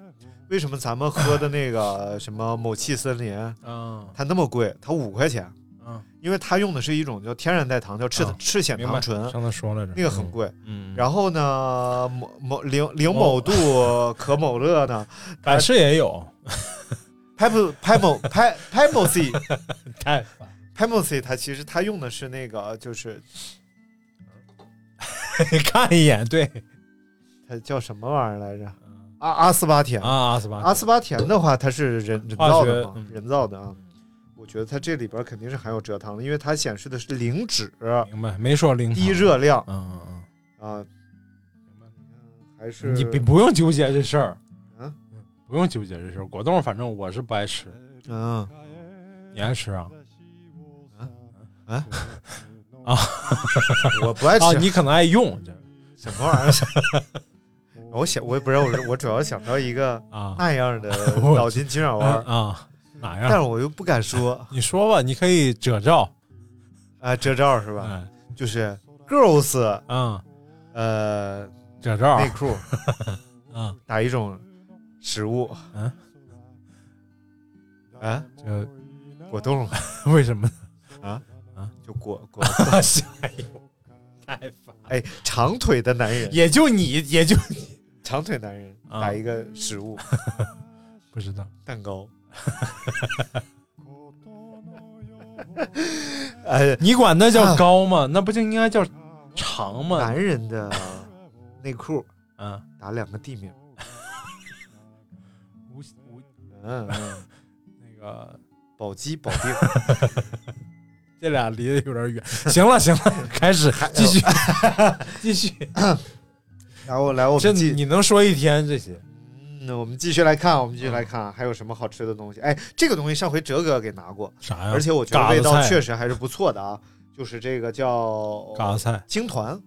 D: 为什么咱们喝的那个什么某汽森林，
E: 啊，
D: 它那么贵？它五块钱，
E: 嗯，
D: 因为它用的是一种叫天然代糖，叫赤、
E: 啊
D: 赤藓
E: 明白
D: 糖。醇，
E: 上次说来着，
D: 那个很贵。
E: 嗯。嗯，
D: 然后呢，某某零零某度
E: 哦
D: 可某乐呢，
E: 百事也有，
D: *laughs* 拍不拍某拍拍某 C *laughs*
E: 太
D: 拍某 C，它其实它用的是那个就是
E: *laughs* 看一眼，
D: *laughs*
E: 对
D: 它叫什么玩意儿来着？阿阿斯巴甜
E: 嗯啊，阿斯巴
D: 阿斯巴甜的话，它是人人
E: 化
D: 造
E: 学
D: 的嘛，
E: 嗯
D: 人造的啊。我觉得它这里边肯定是含有蔗糖的，因为它显示的是零脂、
E: 明白，没说零糖
D: 低，热量
E: 嗯嗯
D: 啊。还是
E: 嗯，你别不用纠结这事儿，
D: 嗯，
E: 不用纠结这事儿，果冻反正我是不爱吃， *laughs*
D: 嗯，
E: 你爱吃啊？
D: 我不爱
E: 啊，
D: 吃
E: 你可能爱用这
D: 什么
E: *laughs*
D: 玩意儿。我想，我也不知道，我我主要想到一个
E: 啊
D: *laughs* 那样的
E: *laughs* 我
D: 脑筋急转弯，
E: 啊哪
D: 但是
E: 样？
D: 我又不敢说。
E: 你说吧，你可以遮罩，
D: 啊，这招是吧？
E: 嗯
D: 就是 girls
E: 嗯，啊
D: 呃
E: 遮罩
D: 内裤
E: *laughs* 嗯，
D: 哪一种食物？
E: 嗯
D: 啊，
E: 这
D: 果冻
E: *laughs* 为什么呢？
D: 就果果
E: *laughs* 下一个太烦，
D: 哎，长腿的男人，
E: 也就你，也就
D: 长腿男人
E: 啊
D: 打一个食物
E: 不知道，
D: 蛋糕。 *laughs* 哎，
E: 你管那叫高吗？啊那不就应该叫长吗？
D: 男人的内裤
E: 嗯，
D: 打两个地名，
E: 无无
D: 嗯，嗯
E: 那个。
D: 宝鸡保定。
E: 这俩离得有点 *laughs* 远，行了行了，开始继续 *laughs* 继 *laughs* 续，
D: 然后来，我
E: 这
D: 们继
E: 你能说一天这些？
D: 嗯，我们继续来看，我们继续来看
E: 嗯
D: 啊还有什么好吃的东西。哎，这个东西上回哲哥给拿过，
E: 啥呀？
D: 而且我觉得味
E: 嗯嘎
D: 道
E: 子菜
D: 确实还是不错的啊。就是这个叫
E: 嘎子菜
D: 青团，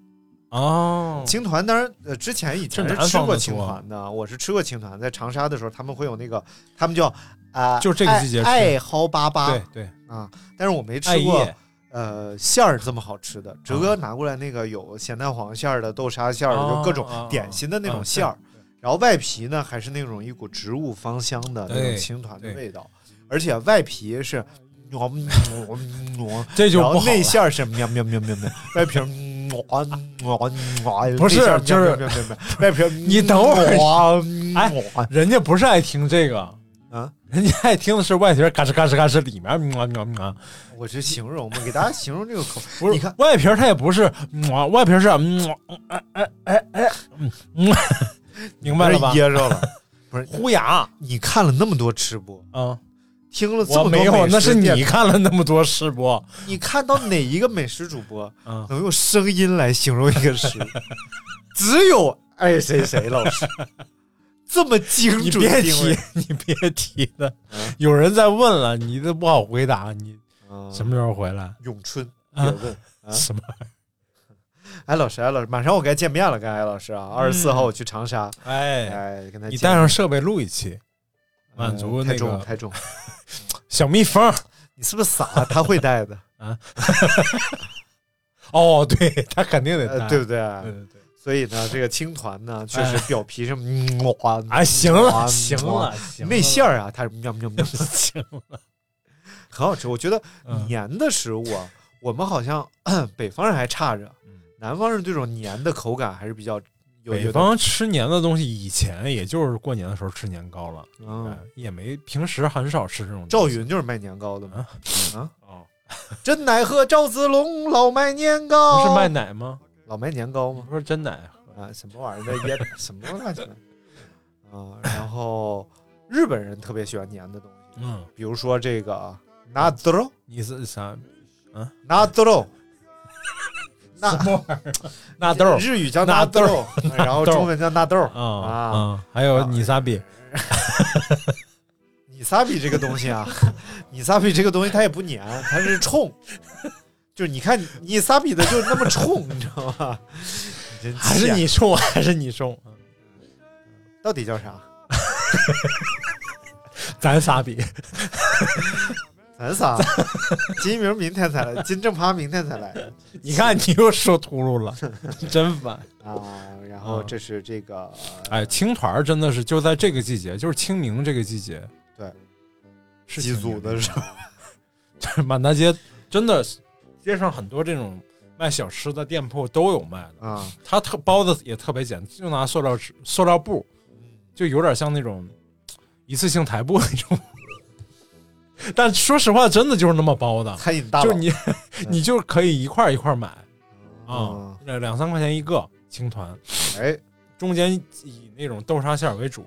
E: 哦，
D: 青团当然呃之前以前
E: 这
D: 是
E: 南
D: 吃
E: 方
D: 过
E: 的
D: 青
E: 多
D: 团的，我是吃过青团，在长沙的时候他们会有那个，他们叫啊、
E: 就这个季节吃
D: 爱爱蒿粑粑
E: 对，对，哎
D: 啊，但是我没
E: 艾
D: 吃过
E: 叶
D: 呃馅儿这么好吃
E: 啊
D: 的。哲哥拿过来那个有咸蛋黄馅儿的、豆沙馅儿的，就各种
E: 啊啊啊
D: 点心的那种
E: 嗯
D: 馅儿，然后外皮呢还是那种一股植物芳香的那种
E: 对
D: 青团的
E: 对
D: 味道，而且外皮是。挪挪挪，
E: *laughs* 这就
D: 然
E: 不
D: 后
E: 好了
D: 内馅儿是喵喵喵喵喵，外皮儿哇哇哇，
E: 不是
D: 内馅儿
E: 就
D: 喵
E: 是
D: 喵
E: *laughs*
D: 喵喵，外皮儿
E: 你等会儿
D: 哇
E: *laughs* 哎
D: 哇
E: 人家不是爱听这个，
D: 啊！
E: 人家爱听的是外皮儿嘎吱嘎吱嘎吱，里面嗯啊嗯啊嗯啊，
D: 我这形容嘛，给大家形容这个口，
E: 不是
D: 你看
E: 外皮儿它也不是嗯啊，外皮儿是嗯啊嗯哎哎哎哎嗯嗯，明白了
D: *laughs*
E: 吧？
D: 噎着了。
E: 虎牙
D: 你看了那么多吃播，
E: 啊，
D: 听了这
E: 我
D: 么多
E: 没有，
D: 美食
E: 那是
D: 电
E: 你
D: 台
E: 看了那么多试播，
D: 你看到哪一个美食主播
E: 嗯，
D: 能用声音来形容一个
E: *laughs*
D: 食物？只有爱谁谁老师这么精
E: 你
D: 准
E: 别
D: 定位
E: 提。， *laughs* 你别提了
D: 嗯。
E: 有人在问了，你都不好回答。你
D: 嗯
E: 什么时候回来？
D: 咏春？别
E: 啊
D: 问。啊
E: 什么？
D: 哎，老师，哎，老师，马上我该见面了，跟艾老师啊，二十四号我去长沙，
E: 嗯哎，
D: 哎，跟他
E: 你
D: 见
E: 带
D: 面
E: 上设备录一期，满足
D: 呃
E: 那
D: 太重
E: 个
D: 太重，
E: 小蜜蜂。
D: 你是不是傻？他会带
E: *laughs*
D: 的，
E: 哦，对 *laughs* 他肯定得带
D: 呃，对不对？
E: 对对对。
D: 所以呢，这个青团呢，确实表皮
E: *laughs*
D: 是哇，
E: 哎，行
D: 哇
E: 了，行
D: 哇
E: 了，行了
D: 内啊馅儿啊，它是喵
E: *laughs*
D: 喵喵，
E: 行了。
D: 很好吃。我觉得
E: 嗯
D: 黏的食物啊，我们好像 *coughs* 北方人还差着，南方人对这种黏的口感还是比较有。
E: 嗯北
D: 有的
E: 方吃年的东西，以前也就是过年的时候吃年糕了，哎
D: 嗯，
E: 也没平时很少吃这种
D: 赵
E: 东西。
D: 云就是卖年糕的嘛。啊，
E: 哦，
D: 真乃和赵子龙老卖年
E: 不
D: 糕，
E: 是卖嗯奶吗？
D: 老卖年糕吗？
E: 不是真奶。
D: 啊，什么玩意儿的也 *laughs* 什么乱七八糟啊。然后日本人特别喜欢黏的东西，
E: 嗯，
D: 比如说这啊个纳豆。
E: 你是啥？ *laughs*
D: 纳豆肉，纳
E: 纳豆儿
D: 日语叫纳
E: 纳豆
D: 豆，哎然后中文叫纳豆
E: 啊
D: 啊。
E: 啊，还有你撒比，
D: 你萨比这个东西啊， *laughs* 你萨比这个东西它也不粘，它是
E: *laughs*
D: 冲，就是你看你萨比的就是那么冲，你知道吗？ *laughs* 真
E: 还是
D: 欠
E: 你送， *laughs* 还是你送，
D: 到底叫啥？
E: 咱撒比，
D: 咱
E: *laughs*
D: 仨，金明明天才来，金正趴明天才来
E: 你看你又说秃噜了， *laughs* 真烦。
D: 啊。然
E: 嗯
D: 后这是这个，
E: 哎，青团儿真的是就在这个季节，就是清明这个季节，
D: 对，
E: 是
D: 祭
E: 清
D: 祖
E: 明
D: 的时候，
E: 就是满大街真的街上很多这种卖小吃的店铺都有卖的，
D: 啊，
E: 它特包的也特别简单，就拿塑料纸、塑料布，就有点像那种一次性台布那种。但说实话，真的就是那么包的，
D: 餐饮大
E: 就
D: 佬
E: 是你你就可以一块儿一块儿买啊
D: 嗯，
E: 两两三块钱一个青团，
D: 哎，
E: 中间以那种豆沙馅儿为主。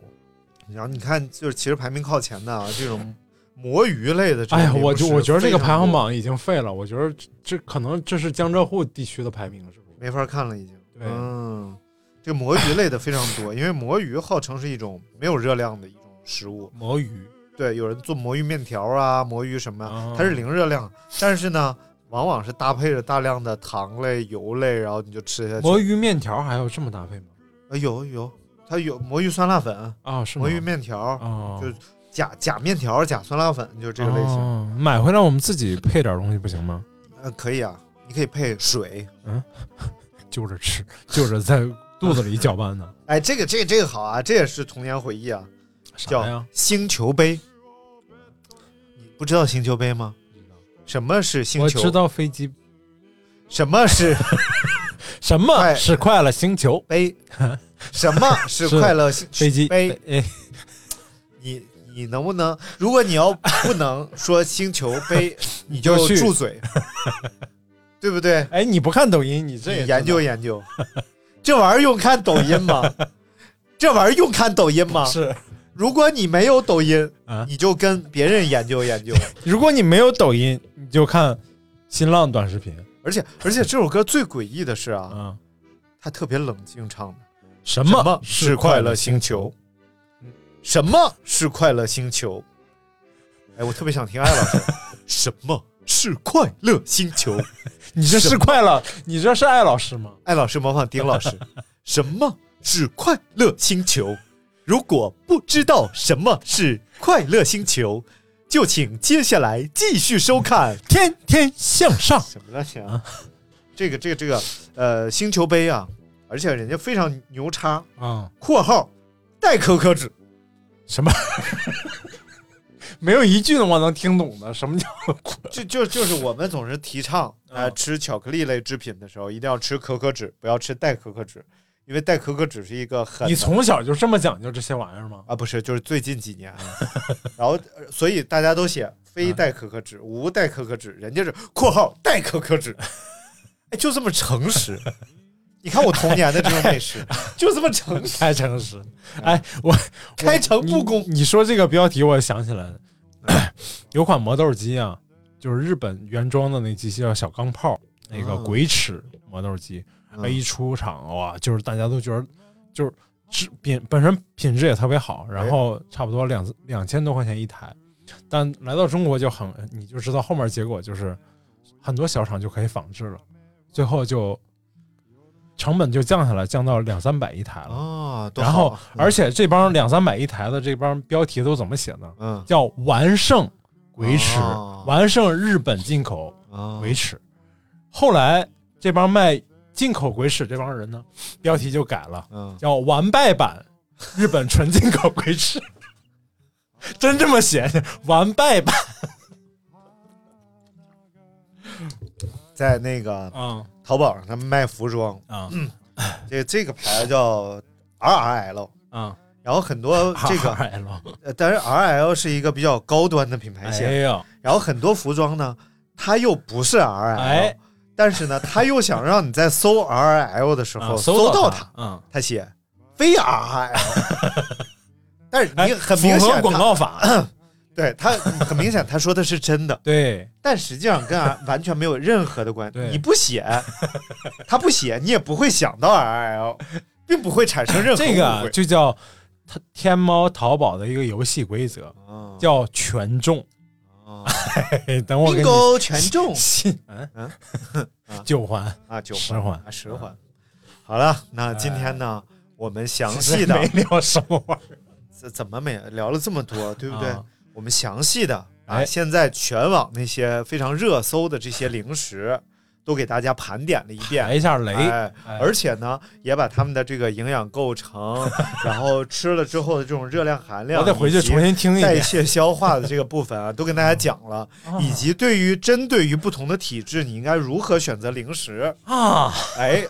D: 然后你看，就是其实排名靠前的啊，这种魔芋类的这种
E: 哎
D: 也不是非常
E: 呀，
D: 多，
E: 我就我觉得这个排行榜已经废了，我觉得这这可能这是江浙沪地区的排名，是不是？
D: 没法看了，已经。
E: 对
D: 嗯，这个魔芋类的非常多，因为魔芋号称是一种没有热量的一种食物。
E: 魔芋
D: 对，有人做魔芋面条啊，魔芋什么
E: 哦
D: 呀，它是零热量，但是呢，往往是搭配着大量的糖类、油类，然后你就吃下去。
E: 魔芋面条还有这么搭配吗？
D: 啊有有，它有魔芋酸辣粉、
E: 啊，是吗
D: 魔芋面条、
E: 哦，
D: 就假假面条、假酸辣粉，就是这个类型。
E: 哦买回来我们自己配点东西不行吗？
D: 呃，可以啊，你可以配水。
E: 就着吃， *laughs* 就着在肚子里搅
D: *laughs*
E: 拌呢。
D: 哎，这个这个这个好啊，这也是童年回忆啊，
E: 啥
D: 叫
E: 呀？
D: 星球杯。你不知道星球杯吗？什么是星
E: 我
D: 球？
E: 知道飞机
D: 什么是
E: 什么
D: 快
E: 是快乐星球 *laughs*
D: 杯？什么是
E: 是
D: 快乐星
E: 飞机？
D: 杯？
E: 哎，
D: 你你能不能？如果你要不能说星球
E: *laughs*
D: 杯，你就
E: 就去
D: 住
E: *laughs*
D: 嘴，对不对？
E: 哎，你不看抖音，你这也
D: 你
E: 知道
D: 研究研究，这玩意儿用看抖音吗？
E: *laughs*
D: 这玩意儿用看抖音吗？
E: 是？
D: 如果你没有抖音
E: 啊，
D: 你就跟别人研究研
E: *laughs*
D: 究。
E: 如果你没有抖音，你就看新浪短视频
D: 而且而且这首歌最诡异的是啊，
E: 啊。
D: 它特别冷静唱的。
E: 什
D: 什
E: 么
D: 么是快乐星球？嗯什么是快乐星球？哎，我特别想听艾老师， *laughs* 什么是快乐星球？
E: 你这是快乐？你这是艾老师吗？
D: 艾老师模仿丁老师， *laughs* 什么是快乐星球？如果不知道什么是快乐星球，就请接下来继续收看
E: 天天向上，
D: *laughs* 什么乱七八糟？这个这个这个呃，星球杯啊，而且人家非常牛叉
E: 啊、
D: （括号带可可脂
E: 什么？ *laughs* 没有一句我能听懂的，什么叫快？），
D: 就就就是我们总是提倡
E: 嗯
D: 呃吃巧克力类制品的时候，一定要吃可可脂，不要吃代可可脂，因为代可可脂是一个很
E: 你从小就这么讲究这些玩意儿吗？
D: 啊，不是，就是最近几年，啊然后呃所以大家都
E: 嗯
D: 写非代可可脂、无代可可脂，人家是括号代可可
E: *laughs*
D: 脂，哎，就这么诚实。你看我童年的这种美食， *laughs* 就这么诚实，
E: 太诚实，哎，我
D: 开诚布公。
E: 你你说这个标题，我想起来了， *clears throat* 有款磨豆机啊，就是日本原装的那机器叫小钢炮，那个
D: 哦
E: 鬼齿磨豆机，
D: 嗯
E: 哎一出厂哇，就是大家都觉得就是质品本身品质也特别好，
D: 哎
E: 然后差不多两两千多块钱一台，但来到中国就很，你就知道后面结果就是很多小厂就可以仿制了，最后就成本就降下来，降到两三百一台了。
D: 哦，多
E: 然后
D: 好，
E: 而且这帮两三百一台的这帮标题都怎么写呢？
D: 嗯，
E: 叫“完胜鬼齿
D: 哦”，
E: 完胜日本进口
D: 哦
E: 鬼齿。后来这帮卖进口鬼齿这帮人呢，标题就改了，
D: 嗯，
E: 叫“完败版日本纯进口鬼齿”，真这么写？完败版
D: 在那个
E: 啊
D: 淘宝上他们卖服装，
E: 啊
D: 这这个牌子叫 RRL，
E: 啊！
D: 然后很多这个，
E: RL
D: 呃但是 RRL 是一个比较高端的品牌
E: 哎
D: 线，
E: 呀，
D: 然后很多服装呢，它又不是 RL，、
E: 哎
D: 但是呢，它又想让你在搜 RL 的时候、
E: 啊
D: 搜
E: 到
D: 它，，
E: 嗯，
D: 它写非 RL，但是
E: *laughs* 哎
D: 你很
E: 符
D: 明
E: 合
D: 显嗯
E: 广
D: 它
E: 告法，
D: 对他很明显，他说的是真的，
E: 对
D: 但实际上跟俺完全没有任何的关系。
E: 对
D: 你不写，他不写，你也不会想到 RL，并不会产生任何误
E: 这
D: 会。
E: 个啊就叫它天猫淘宝的一个游戏规则，
D: 啊
E: 叫权重。
D: 啊
E: 哎， *laughs* 等我给你
D: Bingo 权
E: *laughs*
D: 重
E: 信嗯
D: 嗯
E: 九环
D: 啊，九
E: 十环哎
D: 啊，十环。好了，那今天呢，我们详细的
E: 没聊什么玩意儿，
D: 怎怎么没聊了这么多，对不对？
E: 啊
D: 我们详细的啊，
E: 哎
D: 现在全网那些非常热搜的这些零食，都给大家盘点了一遍
E: 来。一下雷，
D: 哎，
E: 哎
D: 而且呢，也把他们的这个营养构
E: *laughs*
D: 成，然后吃了之后的这种热量含量，
E: 我得回去
D: 以及
E: 重新听一哦
D: 代
E: 遍。
D: 谢消化的这个部分啊，都跟大家讲
E: *laughs*
D: 了，以及对于针对于不同的体质，你应该如何选择零食。
E: 啊， *laughs*
D: 哎，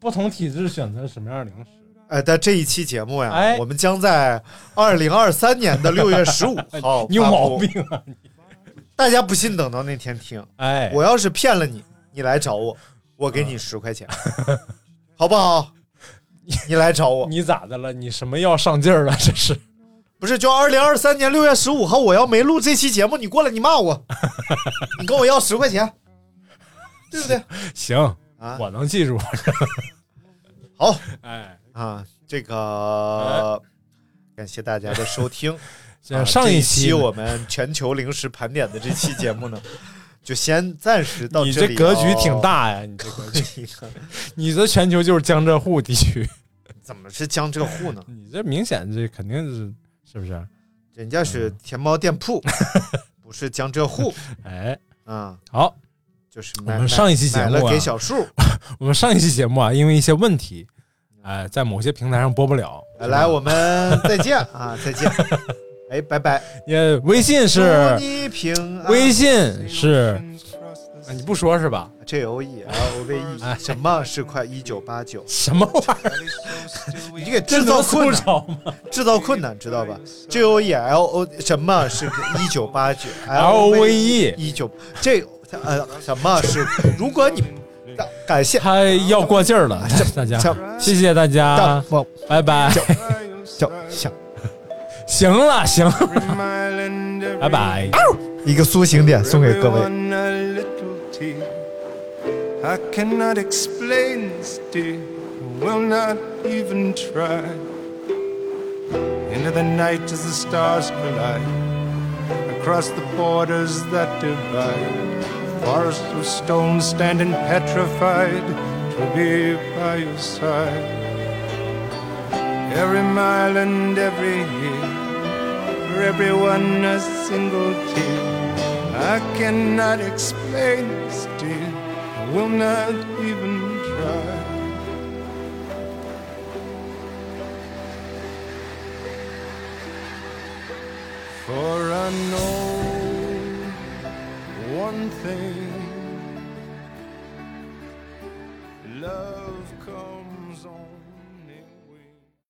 E: 不同体质选择什么样的零食？
D: 呃，但这一期节目呀，
E: 哎
D: 我们将在二零二三年的六月
E: *laughs*
D: 十五号
E: 哎你有
D: 发布
E: 毛！病啊！
D: 大家不信，等到那天听。
E: 哎，嗯
D: 我要是骗了你，你来找我，我给你十块钱，好不好？ *laughs* 你来找我，
E: 你咋的了？你什么药上劲儿了？这是
D: 不是就二零二三年六月十五号，我要没录这期节目，你过来你骂我，你跟我要十块钱，对不对？
E: 行， *laughs*
D: 啊
E: 我能记住。
D: 好
E: 哎，
D: 啊，这个感谢大家的收
E: *laughs*
D: 听。啊
E: 这上
D: 一
E: 期呢
D: 我们全球零食盘点的这期节目呢， *laughs* 就先暂时到
E: 你
D: 这
E: 这
D: 里。哦
E: 格局挺，大呀，你这格局，
D: *laughs*
E: 你这全球就是江浙沪地区， *laughs*
D: 怎么是江浙沪呢？
E: 你这明显这肯定是是不是？
D: 人家是天猫店铺，
E: 嗯
D: 不是江浙沪
E: 哎，
D: 啊，
E: 好，
D: 就是
E: 我
D: 买
E: 们上一期节目啊
D: 买了给小树，
E: 我们上一期节目啊，因为一些问题，哎，在某些平台上播不了。
D: 来，我们再见啊，再见，哎，拜拜。
E: 也微信
D: 祝
E: 是
D: 你平安。
E: 微信是，啊你不说是吧？
D: J O E L O V
E: 哎
D: E 什么是快一九八九？
E: 什么玩意儿？
D: 你给
E: 这
D: 制造
E: 能
D: 困
E: 凑
D: 难，
E: 着吗
D: 制造困难，知道吧？J O E L O 什么是一九八九
E: LOVE
D: 一九这呃什么是？如果你感感谢
E: 他要过劲儿 *laughs* 了，大家
D: 小
E: 谢谢大家
D: 大，我
E: 拜拜。
D: 小小
E: 行了，行了，拜拜。
D: 一个苏醒点送给各位。
H: Everyone a little tea. I cannot explain this, dear. Will not even try. Into the night as the stars collide. Across the borders that divide. Forests of stone standing petrified to be by your side. Every mile and every year. For everyone a single tear. I cannot explain this, dear. I will not even try. For I know one thing love comes.